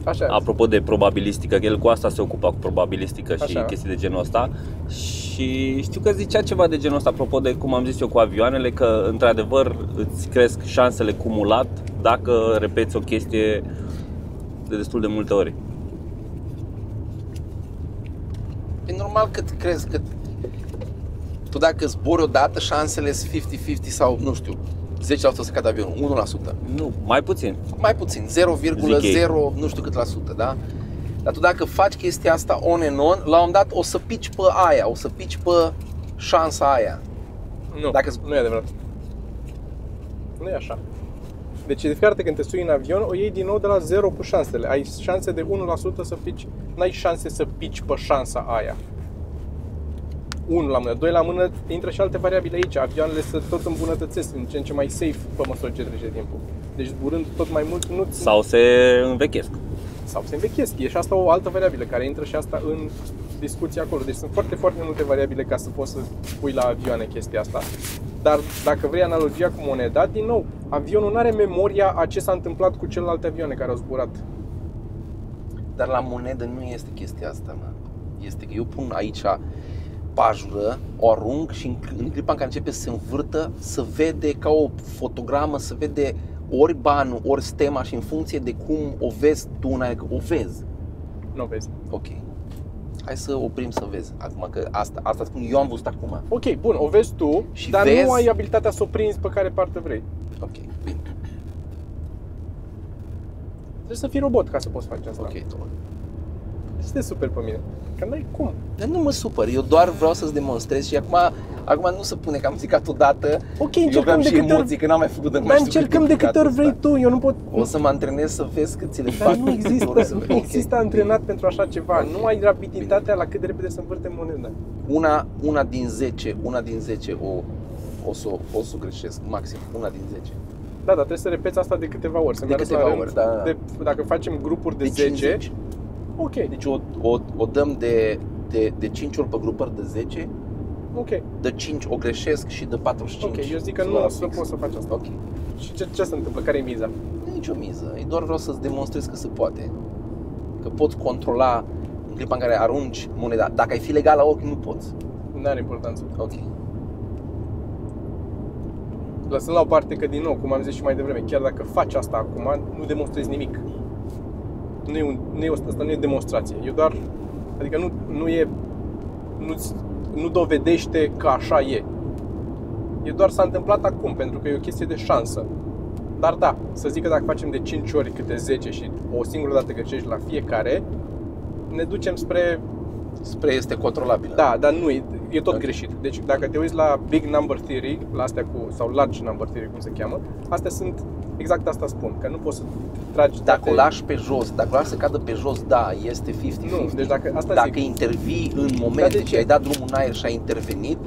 Așa.
Apropo de probabilistică, că el cu asta se ocupa, cu probabilistică și
Așa.
chestii de genul ăsta. Și știu că zicea ceva de genul ăsta, apropo de cum am zis eu cu avioanele, că într-adevăr îți cresc șansele cumulat dacă repeți o chestie de destul de multe ori.
E normal că crezi că tu dacă zbori odată, șansele sunt 50-50 sau, nu știu, 10% să cadă avionul, 1%.
Nu, mai puțin.
Mai puțin, 0,0 nu știu cât la sută, da? Dar tu dacă faci chestia asta on and on, la un dat o să pici pe aia, o să pici pe șansa aia.
Nu,
Dacă-
nu e adevărat. Nu e așa. Deci, de fiecare dată când te sui în avion, o iei din nou de la zero cu șansele. Ai șanse de 1% să pici, n-ai șanse să pici pe șansa aia. 1 la mână, 2 la mână, intră și alte variabile aici. Avioanele se tot îmbunătățesc, din ce în ce mai safe pe măsură ce trece timpul. Deci zburând tot mai mult nu ți-
Sau se învechesc.
sau se învechesc. E și asta o altă variabilă care intră și asta în discuție acolo. Deci sunt foarte, foarte multe variabile ca să poți să pui la avioane chestia asta. Dar dacă vrei analogia cu moneda, din nou, avionul nu are memoria a ce s-a întâmplat cu celelalte avioane care au zburat.
Dar la monedă nu este chestia asta, mă. Este că eu pun aici pajură, o arunc și în, cl- în clipa în care începe să se învârtă, se vede ca o fotogramă, se vede ori banul, ori stema și în funcție de cum o vezi tu în aer, că o vezi.
Nu vezi.
Ok. Hai să oprim să vezi acum, că asta, asta spun, eu am văzut acum.
Ok, bun, o vezi tu,
Și
dar
vezi-
nu ai abilitatea să o prinzi pe care parte vrei.
Ok, bine,
Trebuie să fii robot ca să poți face asta.
ok, Toma.
Este super pe mine. Că n-ai cum.
Dar nu mă supăr, eu doar vreau să-ți demonstrez și acum, acum nu se pune că am zicat odată,
Ok,
eu vreau
încercăm de
și
câte
emoții,
ori...
că n-am mai făcut de nu
Dar
știu cât
încercăm de câte
complicat
ori vrei
ăsta.
tu, eu nu pot...
O să mă antrenez să vezi că ți le fac.
Dar nu există,
Vreau să vezi.
nu
Ok.
există antrenat pentru așa ceva.
Ok.
Nu ai rapiditatea la cât de repede să învârte moneda.
Una, una din 10, una din 10 o, o, să, o să o greșesc, maxim, una din 10.
Da, dar trebuie să repeți asta de câteva ori. Să
De
mergi la
câteva
rând.
ori, da.
De, dacă facem grupuri de, 10,
50.
ok,
Deci o, o, o dăm de, de, de 5 ori pe grupări de 10,
ok,
de 5 o greșesc și de 45.
ok. Eu zic că
Să
nu
la
o să
fix.
poți să faci asta.
Ok.
Și ce, ce se întâmplă? Care e miza?
Nu e nicio miză, e doar vreau să-ți demonstrez că se poate. Că poți controla în clipa în care arunci moneda. Dacă ai fi legal la ochi, nu poți.
Nu are importanță.
Ok.
Lăsând la o parte că, din nou, cum am zis și mai devreme, chiar dacă faci asta acum, nu demonstrezi nimic. Nu e, un, nu e, o- asta nu e demonstrație. Eu doar... Adică nu, nu e... Nu, nu dovedește că așa e. E doar s-a întâmplat acum, pentru că e o chestie de șansă. Dar da, să zic că dacă facem de 5 ori câte 10 și o singură dată găsești la fiecare, ne ducem spre
Spre este controlabil.
da, dar nu, e, e tot
Ok.
greșit. Deci dacă te uiți la Big Number Theory, la astea cu, sau Large Number Theory, cum se cheamă, astea sunt Exact asta spun, că nu poți să tragi
Dacă
toate-
o lași pe jos, dacă o lași să cadă pe jos, da, este 50-50.
Nu, deci dacă- asta
dacă
zic.
intervii în
Dar
momentul
de
în
ce?
ce ai dat drumul în aer și ai intervenit,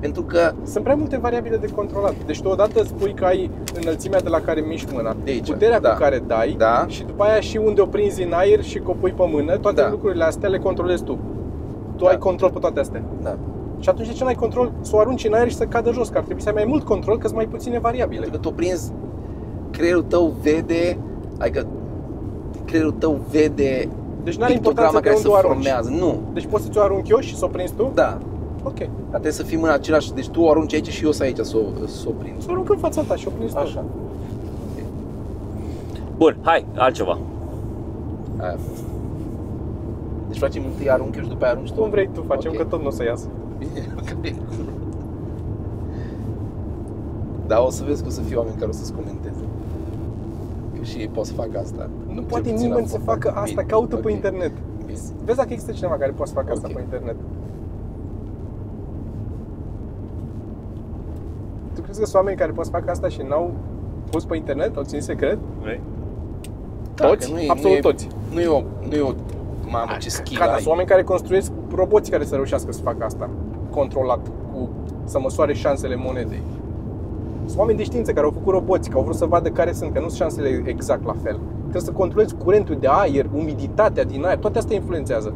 pentru că
Sunt prea multe variabile de controlat. Deci tu odată spui că ai înălțimea de la care miști mâna,
De aici,
puterea
da.
cu care dai
Da.
și după aia și unde o prinzi în aer și că o pui pe mână, toate
Da.
lucrurile astea le controlezi tu. Tu
Da.
ai control pe toate astea.
Da.
Și atunci de ce n-ai control să o arunci în aer și să cadă jos? Că ar trebui să ai mai mult control, că sunt mai puține variabile.
Pentru că tu prinzi, creierul tău vede, adică creierul tăau vede
Deci n-are importanță
pictograma
pe
care se
unde o arunci.
formează. Nu,
Deci poți să ți-o arunc eu și să o prinzi tu?
da,
Ok.
dar trebuie să fim în același, deci tu o arunci aici și eu să aici să o, să o prind.
Să o arunc în fața ta și o prinzi tu.
Așa.
Bun, hai, altceva.
Aia a fost. Deci facem întâi arunc eu și după aia arunci tu.
Cum vrei tu, facem
Ok.
că tot nu o să iasă.
Bine, ok. Dar o să vezi că o să fie oameni care o să-ți comenteze. Că și ei pot să facă asta.
Nu
Cel
poate
puțin
nimeni
am
să
făcut.
facă asta,
Bine,
caută
ok.
pe internet.
Bine.
Vezi dacă există cineva care poate să facă asta
Ok.
pe internet. Tu crezi că sunt oameni care pot să facă asta și n-au pus pe internet, au ținut secret?
Vrei?
Da,
Toți?
că nu e-
Absolut
nu e-
toți.
Nu e o, nu e o mamă ce skill
Ca da,
ai.
sunt oameni care construiesc roboți care să reușească să facă asta, controlat, cu să măsoare șansele monedei. Sunt oameni de știință care au făcut roboți, că au vrut să vadă care sunt, că nu sunt șansele exact la fel. Trebuie să controlezi curentul de aer, umiditatea din aer, toate astea influențează.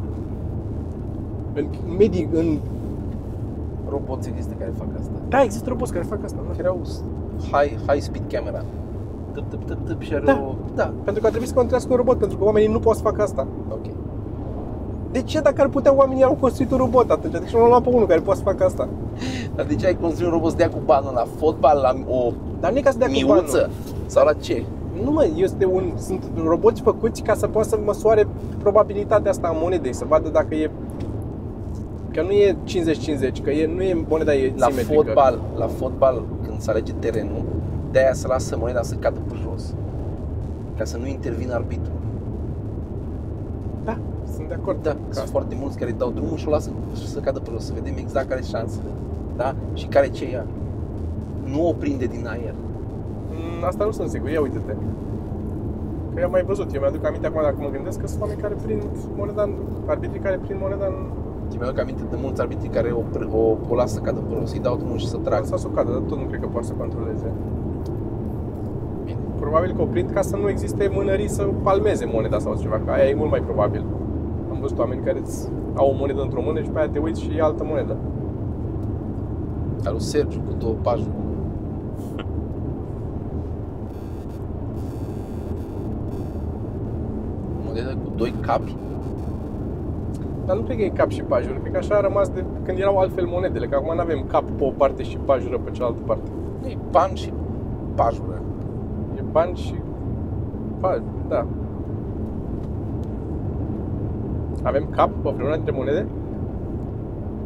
În medii, în...
Roboți există care fac asta.
Da, există roboți care fac asta, da. nu?
Erau high, high speed camera. Tâp, tâp, tâp, tâp și are
Da.
o... Da,
Pentru că a trebuit să controlească un robot, pentru că oamenii nu pot să facă asta.
ok.
De ce dacă ar putea oamenii au construit un robot atunci? De ce nu l-au luat pe unul care poate să facă asta?
Dar de ce ai construit un robot să dea cu banul la fotbal, la o
Dar nu e ca să dea cu banul.
miuță? Sau la ce?
Nu mă, este un, sunt roboți făcuți ca să poată să măsoare probabilitatea asta a monedei, să vadă dacă e că nu e 50-50, că e, nu e moneda e
La
simetrică.
fotbal, la fotbal, când se alege terenul, de aia se lasă moneda să cadă pe jos. Ca să nu intervină arbitru.
Da, sunt de acord.
Da,
Ca-
sunt foarte mulți care dau drumul și o lasă să cadă pe jos, să vedem exact care șansele. Da? Și care ce ia. Nu o prinde din aer.
Mm, Asta nu sunt sigur, ia uite-te. Că eu am mai văzut, eu mi-aduc aminte acum dacă mă gândesc că sunt oameni care prind moneda în, arbitrii care prind moneda în
Și mi-aduc aminte de mulți arbitri care o, o, o lasă să cadă pe jos, îi dau drumul și să trag.
sau să o cadă, dar tot nu cred că poate să controleze.
Bine.
Probabil că o prind ca să nu existe mânării să palmeze moneda sau ceva, că aia e mult mai probabil. Am văzut oameni care îți au o monedă într-o mână și pe aia te uiți și e altă monedă.
Al lui Sergiu cu două pași. Modelă cu doi capi?
Dar nu cred că e cap și pajură, cred că așa a rămas de când erau altfel monedele, că acum nu avem cap pe o parte și pajură pe cealaltă parte.
Nu, e pan și pajură.
E bani și... Ba, da. Avem cap pe vreuna dintre monede?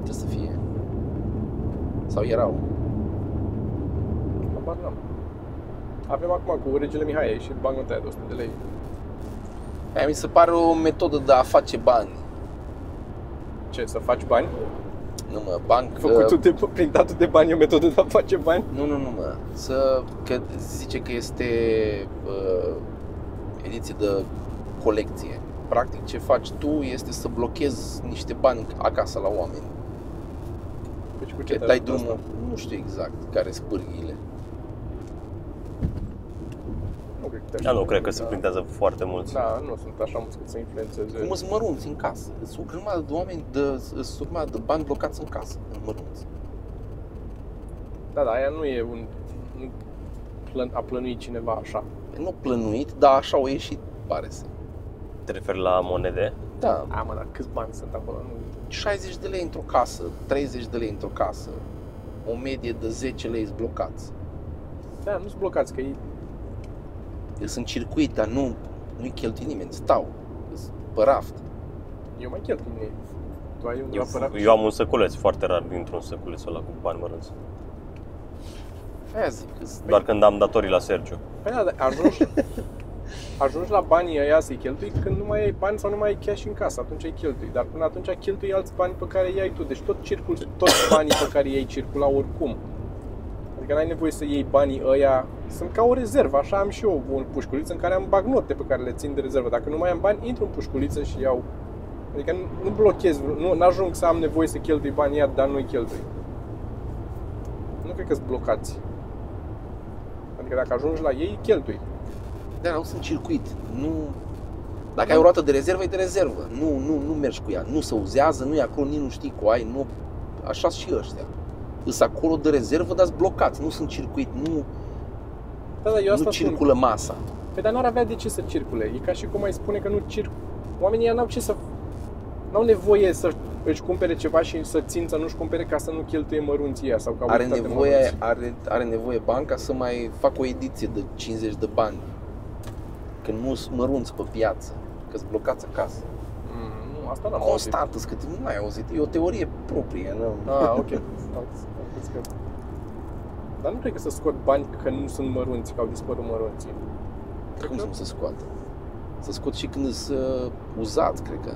Ce să fie? Sau erau?
Habar n-am. Avem acum cu regele Mihai și bancnota aia de 100 de lei.
Aia mi se pare o metodă de a face bani.
Ce, să faci bani?
Nu mă, bani... că-
Făcutul de, printatul de bani e o metodă de a face bani?
Nu, nu, nu, mă. Să, că zice că este uh, ediție de colecție. Practic ce faci tu este să blochezi niște bani acasă la oameni.
Deci cu
Că
ce te
dai
ajută
drumul,
asta?
nu știu exact care sunt pârghiile.
Nu cred că te
Da, nu,
ajută.
cred că se printează foarte mulți.
Da, nu sunt așa mulți cât să influențeze.
Cum sunt mărunți în casă. Sunt o grămadă de oameni, de, sunt o grămadă de bani blocați în casă, în mărunți.
Da, da, aia nu e un... un plăn, a plănui cineva așa.
Nu plănuit, dar așa au ieșit, pare să.
Te referi la monede?
Da,
A, mă, dar câți bani sunt acolo? Nu...
60 de lei într-o casă, 30 de lei într-o casă, o medie de 10 lei sunt blocați.
Da, nu sunt blocați, că e...
sunt circuit, dar nu, nu-i cheltui nimeni, stau, sunt pe raft.
eu mai cheltuie mine. Tu ai un
Eu,
apărat?
eu am un săculeț, foarte rar dintr-un săculeț ăla cu bani mărunți.
Păi.
Aia zic, că sunt-
Doar când am datorii la Sergiu.
Păi da, dar ajungi, ajungi la banii ăia să-i cheltui când nu mai ai bani sau nu mai ai cash în casă, atunci îi cheltui. Dar până atunci cheltui alți bani pe care i-ai tu. Deci tot circul, toți banii pe care i-ai circula oricum. Adică Adică n-ai nevoie să iei banii ăia. Sunt ca o rezervă, așa am și eu un pușculiț în care am bag note pe care le țin de rezervă. Dacă nu mai am bani, intru în pușculiță și iau. Adică nu, nu blochez, nu ajung să am nevoie să cheltui banii iar, dar nu-i cheltui. Nu cred că sunt blocați. Adică dacă ajungi la ei, cheltui.
Da, nu sunt circuit. Nu... Dacă ai o roată de rezervă, e de rezervă. Nu, nu, nu mergi cu ea. Nu se uzează, nu e acolo, nici nu știi cu ai. Nu... Așa și ăștia. Îs acolo de rezervă, dar blocați. Nu sunt circuit, nu,
Da, da, eu asta
nu
spun.
circulă masa.
Păi dar n-ar avea de ce să circule. E ca și cum ai spune că nu circ... Oamenii ăia n-au ce să... N-au nevoie să își cumpere ceva și să țin să nu-și cumpere ca să nu cheltuie mărunția sau ca
Are
uitat de
nevoie,
mărunți.
are, are nevoie banca să mai facă o ediție de 50 de bani. Că nu sunt mărunți pe piață, că sunt blocați acasă.
Mm, nu, asta n-am
Constant, îs cât nu ai auzit, e o teorie proprie. Nu?
auzit. Ah, ok. Am crezut că- Dar nu cred că să scot bani că nu sunt mărunți, că au dispărut mărunții.
(laughs) Cum să nu se scoată? Să scot și când sunt uh, uzat, cred că.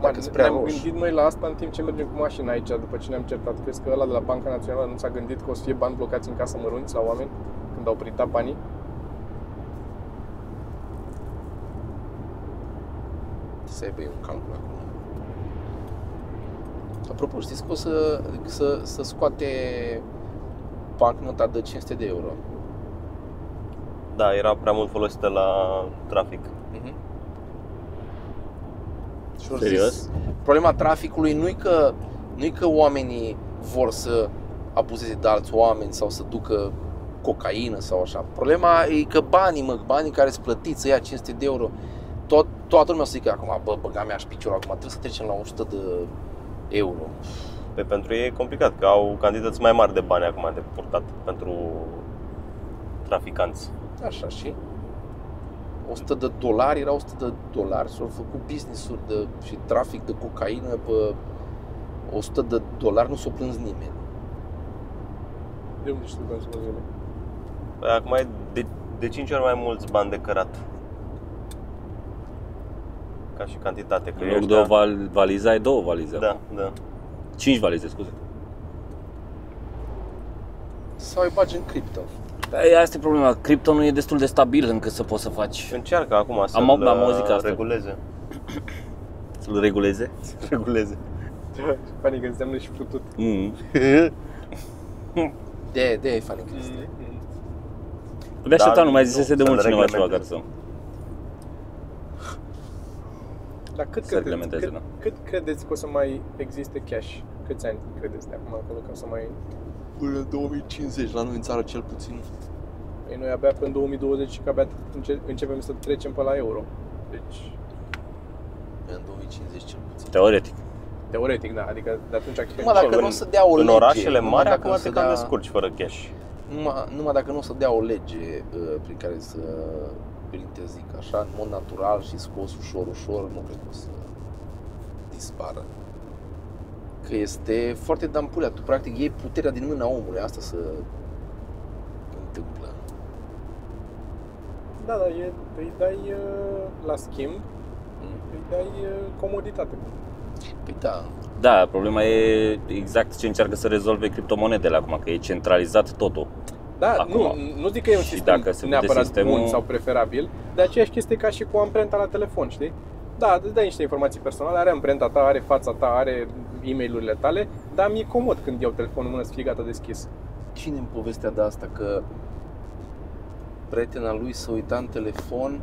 Dar
Dacă sunt prea
ne-am
roșu.
gândit noi la asta în timp ce mergem cu mașina aici, după ce ne-am certat. Crezi că ăla de la Banca Națională nu s-a gândit că o să fie bani blocați în casă mărunți la oameni când au printat banii?
Să aibă eu un calcul acum. Apropo, știți că o să, să, să scoate bancnota de 500 de euro.
Da, era prea mult folosită la trafic.
Și ori
Serios?
zis, Problema traficului nu-i că, nu-i că oamenii vor să abuzeze de alți oameni sau să ducă cocaină sau așa. Problema e că banii, mă, banii care sunt plătiți să ia 500 de euro, tot, toată lumea o să zică acum, bă, băga mea și piciorul, acum trebuie să trecem la 100 de euro.
Pe pentru ei e complicat, că au cantități mai mari de bani acum de purtat pentru traficanți.
Așa și 100 de dolari, era 100 de dolari, s-au făcut business-uri de, și trafic de cocaină pe 100 de dolari, nu s-a plâns nimeni.
De unde știu bani să mă gândesc?
Păi acum e de, de 5 ori mai mulți bani de cărat. Ca și cantitate. Că
În loc de
ăștia-
o val- valiză, ai două valize.
Da, da.
5 valize, scuze.
Sau îi bagi în cripto.
Păi, asta e problema. Cripto nu e destul de stabil încât să poți să faci.
Încearcă acum să
Am- am auzit că asta-
reguleze.
Să-l reguleze?
Să-l reguleze.
Panică înseamnă și putut.
Mm.
De, de e funny chestia.
Mm-hmm.
Abia așteptam, Da, nu mai
nu,
zisese de
să-l
mult cineva ceva ca
reglementeze.
să...
Mm-hmm.
Dar cât,
Să
credeți,
reglementeze,
cât,
da.
cât credeți că o să mai existe cash? Câți ani credeți de acum acolo că o să mai...
Până 2050, la noi în țară cel puțin.
Ei, noi abia până în 2020 și că abia înce- începem să trecem pe la euro. Deci,
Până în 2050 cel puțin.
Teoretic.
teoretic, da, adică de atunci... cred-
Numai dacă
Deci, în-
nu o să dea o
în
lege.
orașele
numai
mari
dacă
acum
o
te
să
cam
dea-
descurci fără cash.
Numai, numai dacă nu o să dea o lege uh, prin care să printe, zic așa, în mod natural și scos ușor, ușor, nu cred că o să dispară. Că este foarte dampulea. Tu, practic, iei puterea din mâna omului. Asta se întâmplă.
Da, da, e, îi dai uh, la schimb,
Mm.
îi dai uh, comoditate.
Păi da,
Da, problema e exact ce încearcă să rezolve criptomonedele acum, că e centralizat totul.
Da,
Acum.
nu, nu zic că e un
Și
sistem
dacă se vede
neapărat
sistemul-
bun sau preferabil, de aceeași chestie ca și cu amprenta la telefon, știi? Da, îți dai niște informații personale, are amprenta ta, are fața ta, are e mail tale, dar mi-e comod când iau telefonul în mână să fie gata deschis.
cine îmi povestea de asta că prietena lui se uita în telefon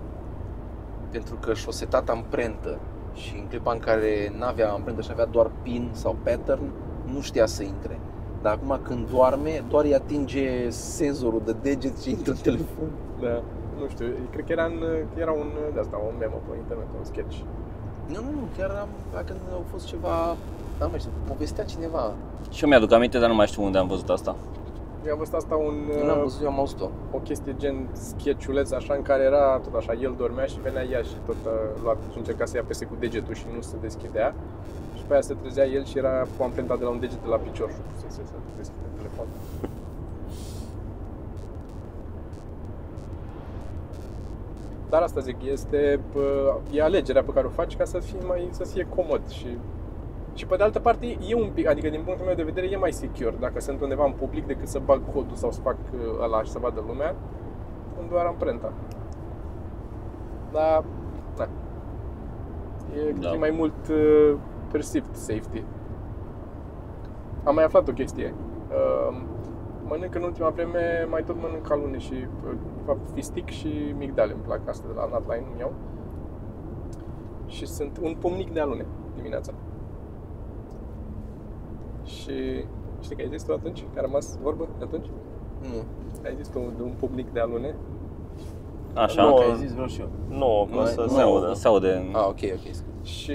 pentru că și-o setat amprentă și în clipa în care n-avea amprentă și avea doar pin sau pattern, nu știa să intre. Dar acum când doarme, doar îi atinge senzorul de deget și intră în telefon.
Da. Nu știu, cred că era, în, era un, de asta, o memă pe internet, un sketch.
Nu, nu, nu, chiar am, dacă au fost ceva, am mai știu, povestea cineva.
Și eu mi-aduc aminte, dar nu mai știu unde am văzut asta.
Eu am văzut asta un,
Eu n-am văzut, eu am auzit-o.
o chestie gen sketchuleț, așa, în care era tot așa, el dormea și venea ea și tot uh, lua, și încerca să ia peste cu degetul și nu se deschidea. Și pe aia se trezea el și era cu amprenta de la un deget de la picior și pusese să deschide telefonul. Dar asta zic, este uh, e alegerea pe care o faci ca să fii mai să fie comod și Și pe de altă parte, e un pic, adică din punctul meu de vedere, e mai secure dacă sunt undeva în public decât să bag codul sau să fac uh, ăla și să vadă lumea. Îmi doar amprenta. Dar, da. E, da.
Da.
e mai mult uh, perceived safety. Am mai aflat o chestie. Uh, mănânc în ultima vreme, mai tot mănânc alune și, uh, de fapt, fistic și migdale îmi plac asta de la Nutline, îmi iau. Și sunt un pumnic de alune dimineața. Și știi că ai zis tu atunci? Că a rămas vorbă de atunci?
Nu.
Ai zis tu de un pumnic de alune?
Așa.
Nu,
Nu,
că ai zis vreau și eu.
Nu, că o să se
nu,
audă.
se aude.
Ah, ok, ok. scuze.
Și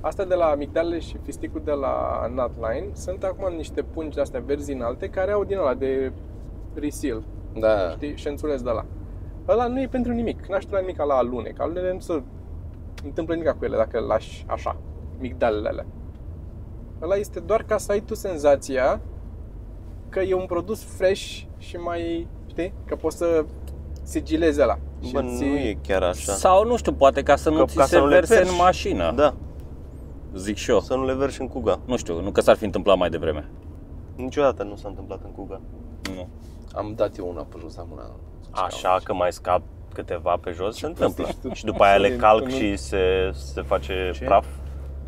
asta de la migdalele și fisticul de la Nutline sunt acum niște pungi de astea verzi înalte care au din ăla de reseal,
Da.
știi, șențuleț de la. Ăla nu e pentru nimic, n-aș trea nimic la alune, că alunele nu se întâmplă nimic cu ele dacă le lași așa, migdalele alea. Ăla este doar ca să ai tu senzația că e un produs fresh și mai, știi, că poți să sigilezi ăla. Și
Bă,
îți-
nu e chiar așa.
Sau nu știu, poate ca să nu
Că-
ți
ca
se
să nu le
verse
perci.
în mașină.
Da,
Zic și eu.
să nu le vergi în cuga.
Nu știu, nu că s-ar fi întâmplat mai devreme.
Niciodată nu s-a întâmplat în cuga.
Nu.
Am dat eu una pe jos, am una.
Așa că mai scap câteva pe jos, se întâmplă.
prostii tu.
Și după aia le
Din-
calc
până-
și se, se face praf.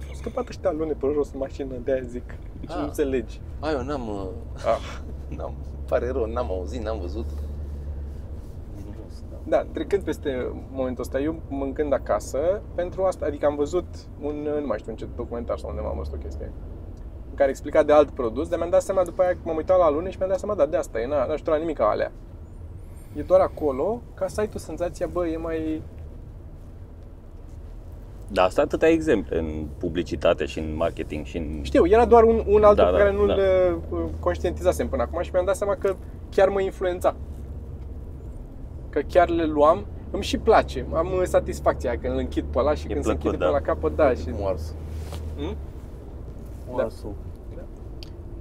Am scăpat ăștia luni pe jos în mașină, de zic. Și
Ah.
nu înțelegi.
Ai, eu n-am... uh,
Ah.
(laughs) N-am, pare rău, n-am auzit, n-am văzut.
Da, trecând peste momentul ăsta, eu mâncând acasă, pentru asta, adică am văzut un, nu mai știu în ce documentar sau undeva am văzut o chestie, în care explica de alt produs, dar mi-am dat seama după aia, că m-am uitat la lune și mi-am dat seama, da, de asta e, n-a- n-aș la nimic alea. E doar acolo ca să ai tu senzația, bă, e mai...
Da, asta atâtea exemple în publicitate și în marketing și în...
Știu, era doar un, un altul
Da,
pe
da,
care nu-l
da.
uh, conștientizasem până acum și mi-am dat seama că chiar mă influența. Că chiar le luam, îmi și place. Am uh, satisfacția când îl închid pe ăla și
E
când se
plăcut,
închide
da.
pe la capăt, da, și...
Moars.
Hmm?
Moarsul.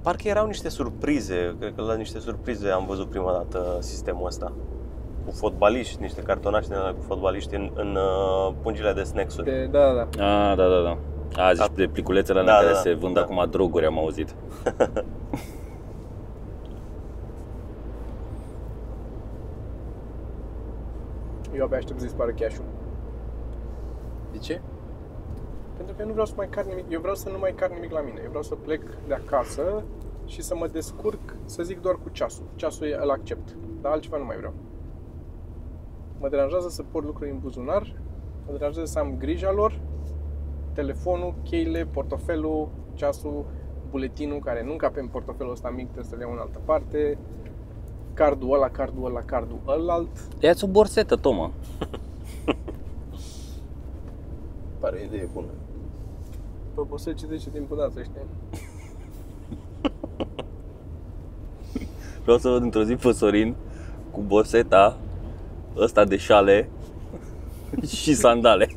Parcă erau niște surprize, cred că la niște surprize am văzut prima dată sistemul ăsta. Cu fotbaliști, niște cartonașe din alea cu fotbaliști în, în uh, pungile de snacks-uri.
De, da, da.
A, da, da, da. A, zici
Da.
de pliculețele alea
Da,
în care
da,
se vând
da.
acum droguri, am auzit.
Eu abia aștept să dispară cash
De ce?
Pentru că eu nu vreau să mai car nimic. Eu vreau să nu mai car nimic la mine. Eu vreau să plec de acasă și să mă descurc, să zic doar cu ceasul. Ceasul e- îl accept, dar altceva nu mai vreau. Mă deranjează să port lucruri în buzunar, mă deranjează să am grija lor, telefonul, cheile, portofelul, ceasul, buletinul care nu cape în portofelul ăsta mic, trebuie să-l iau în altă parte, cardul ăla, cardul ăla, cardul ălalt.
Ia-ți o borsetă, Toma.
Pare o idee bună.
Bă, poți să citești din dată, știi?
Vreau să văd într-o zi pe Sorin cu borseta ăsta de șale (laughs) și
(laughs)
sandale.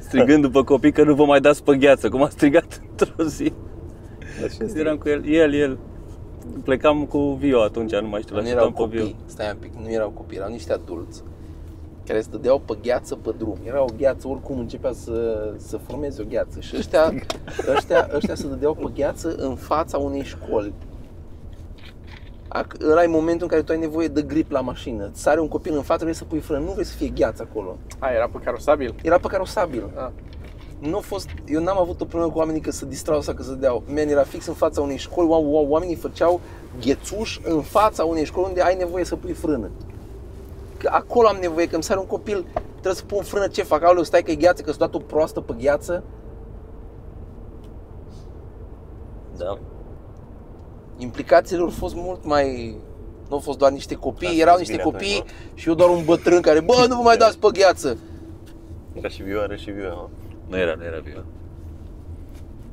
Strigând după copii că nu vă mai dați pe gheață, cum a strigat într-o zi. Eram cu el, el, el. Plecam cu Vio atunci, nu mai știu,
Nu
l-așteptam
erau
pe Vio.
copii, stai un pic, nu erau copii, erau niște adulți care stădeau pe gheață pe drum. Era o gheață, oricum începea să, să formeze o gheață. Și ăștia, ăștia, ăștia se dădeau pe gheață în fața unei școli. Ac- Ăla e momentul în care tu ai nevoie de grip la mașină. Îți Sare un copil în față, vrei să pui frână, nu vrei să fie gheață acolo.
A, era pe carosabil?
Era pe carosabil.
Da.
Ah.
Nu a fost, eu n-am avut o problemă cu oamenii că se distrau sau că se deau. Man, era fix în fața unei școli, wow, wow, oamenii făceau ghețuș în fața unei școli unde ai nevoie să pui frână. Că acolo am nevoie, că îmi sare un copil, trebuie să pun frână, ce fac? Aoleu, stai că e gheață, că s-a dat o proastă pe gheață.
Da.
Implicațiile au fost mult mai... Nu au fost doar niște
A
copii,
fost
erau niște
Da, bine atunci,
copii și eu doar un bătrân care, bă, nu vă mai dați pe gheață.
Era și viu, era și viu.
Nu era, nu era Vio.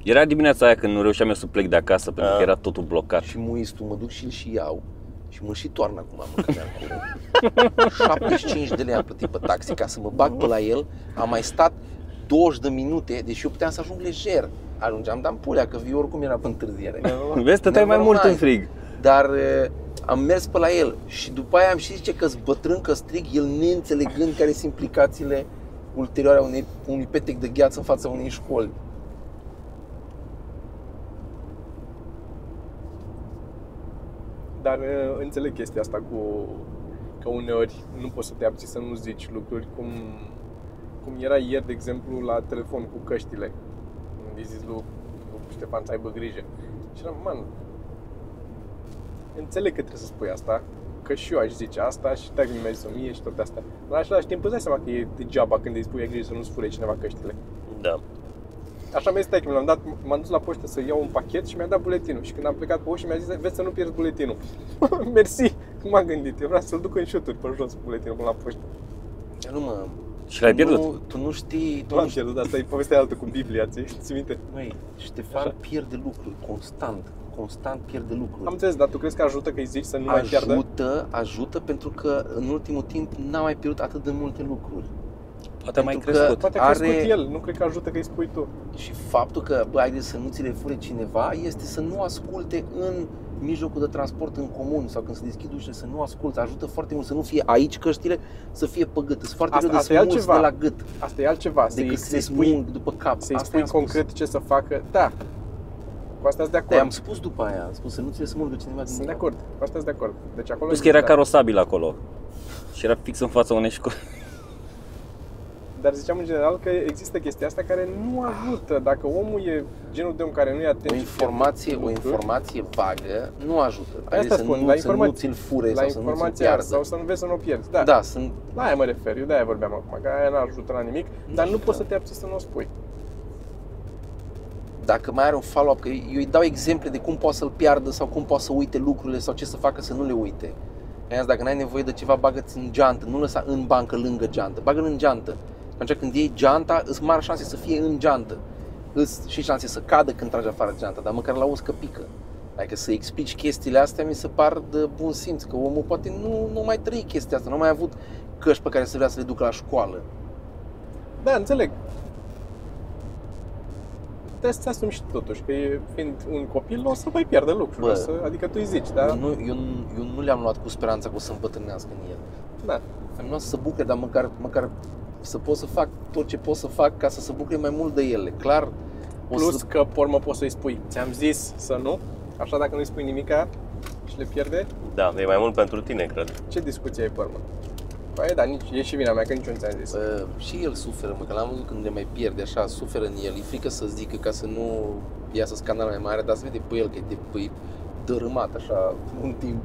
Era dimineața aia când nu reușeam eu să plec de acasă, pentru că
Ah.
era totul blocat.
Da. Și muistul, mă duc și îl și iau și mă și toarnă acum, mă, că mi-am (laughs) curat. 75 de lei am plătit pe taxi ca să mă bag pe la el, am mai stat 20 de minute, deci eu puteam să ajung lejer. Ajungeam, dar în pulea, că viu oricum era pe întârziere.
Vezi, stăteai mai
Normal.
mult în frig.
Dar eh, am mers pe la el și după aia am și zice că-s bătrân, că strig, el neînțelegând care sunt implicațiile ulterioarea unei, unui petec de gheață în fața unei școli.
Dar uh, înțeleg chestia asta cu că uneori nu poți să te abții să nu zici lucruri cum, cum era ieri, de exemplu, la telefon cu căștile. Îi zis lui, lui Ștefan să aibă grijă. Și eram, man, înțeleg că trebuie să spui asta, că și eu aș zice asta și te mi-ai zis o mie și toate astea. Dar în același timp îți dai seama că e degeaba când îi spui ai grijă să nu-ți fure cineva căștile.
Da.
Așa mi-a zis taică, mi-l-am dat, m-am dus la poștă să iau un pachet și mi-a dat buletinul. Și când am plecat pe ușă mi-a zis, vezi să nu pierzi buletinul. (laughs) Mersi, m-am gândit, eu vreau să-l duc în șuturi pe jos buletinul până la poștă.
Nu mă,
Și l-ai
tu
pierdut?
Nu, tu nu știi, tu
Nu
nu
am
știi,
pierdut, asta e povestea altă cu Biblia, ții, ții minte?
măi, Ștefan pierde lucruri constant, constant pierde lucruri.
Am înțeles, dar tu crezi că ajută că îi zici să nu mai pierdă?
ajută, ajută pentru că în ultimul timp n-a mai pierdut atât de multe lucruri.
Poate a mai
Pentru
crescut.
că
Poate a crescut
Are-
el, nu cred că ajută că îi spui tu.
Și faptul că bă, ai grijă să nu ți le fure cineva este să nu asculte în mijlocul de transport în comun sau când se deschid ușile, să nu asculte. Ajută foarte mult să nu fie aici căștile, să fie pe gât. Sunt foarte
Asta-
greu de
asta e
smuls de
altceva.
la gât
Asta e altceva, să-i,
decât să le
să-i spui,
smung după cap.
să-i
Asta
spui
i-am spus.
concret ce să facă. Da, cu asta sunt de
Da, am
acord.
spus după aia, am spus să nu ți le smulgă cineva din
Sunt de
cap.
acord, cu asta sunt de acord. Deci acolo...
Plus că era
da.
carosabil acolo. Și era fix în fața unei școli.
Dar ziceam în general că există chestia asta care nu ajută. Dacă omul e genul de om care nu e atent
O
și
informație, o
pierde lucruri,
informație vagă nu ajută.
Păi asta
să,
spun,
nu,
la
să nu
informație-
ți-l fure
la
sau să nu ți-l
informația aia
piardă.
sau să nu vezi să nu o pierzi. Da,
Da. da, sunt
la aia mă refer, eu de aia vorbeam acum, că aia nu ajută la nimic, dar nu
ajută.
poți să te abții să nu o spui.
dacă mai are un follow-up, că eu îi dau exemple de cum poate să-l piardă sau cum poate să uite lucrurile sau ce să facă să nu le uite. I-am zis, dacă n-ai nevoie de ceva, bagă-ți în geantă, nu lăsa în bancă lângă geantă, bagă-l în geantă. Atunci când iei geanta, îți mari șanse să fie în geantă. Îți și șanse să cadă când tragi afară geanta, dar măcar la auzi că pică. Adică să explici chestiile astea mi se par de bun simț, că omul poate nu, nu mai trăi chestia asta, nu a mai avut căști pe care să vrea să le ducă la școală.
Da, înțeleg. Trebuie să-ți asumi și totuși, că e, fiind un copil o să mai pierdă lucruri,
Bă. Mhm.
o să, adică tu îi zici,
Eu
dar
nu, eu, nu- eu nu le-am luat cu speranța că o să îmbătrânească în el.
da,
Am luat să se bucure, dar măcar, măcar să pot să fac tot ce pot să fac ca să se bucure mai mult de ele. Clar, o
plus
să...
că pe urmă poți să-i spui, ți-am zis să nu, așa dacă nu-i spui nimica și le pierde,
Da, e mai mult pentru tine, cred.
ce discuție ai pe urmă? Păi da, nici, e și vina mea că nici eu nu ți-am zis.
Uh, și el suferă, mă, că l-am văzut când le mai pierde, așa, suferă în el. E frică să zică ca să nu iasă scandal mai mare, dar se vede pe el că e de, pe, e dărâmat așa un timp.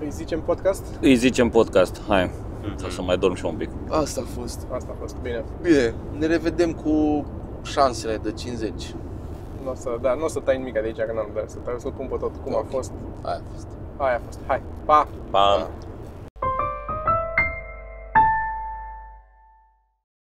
Îi zicem podcast?
Îi zicem podcast, hai. Sau să mai dorm și eu un pic.
Asta a fost.
Asta a fost, bine.
Bine, ne revedem cu șansele de 50.
Nu o să, da, nu o să tai nimic de da, aici, că n-am, dar să, tai- o să pun pe tot cum a fost.
Aia a fost.
Aia a fost. Hai, pa!
Pa!
Da.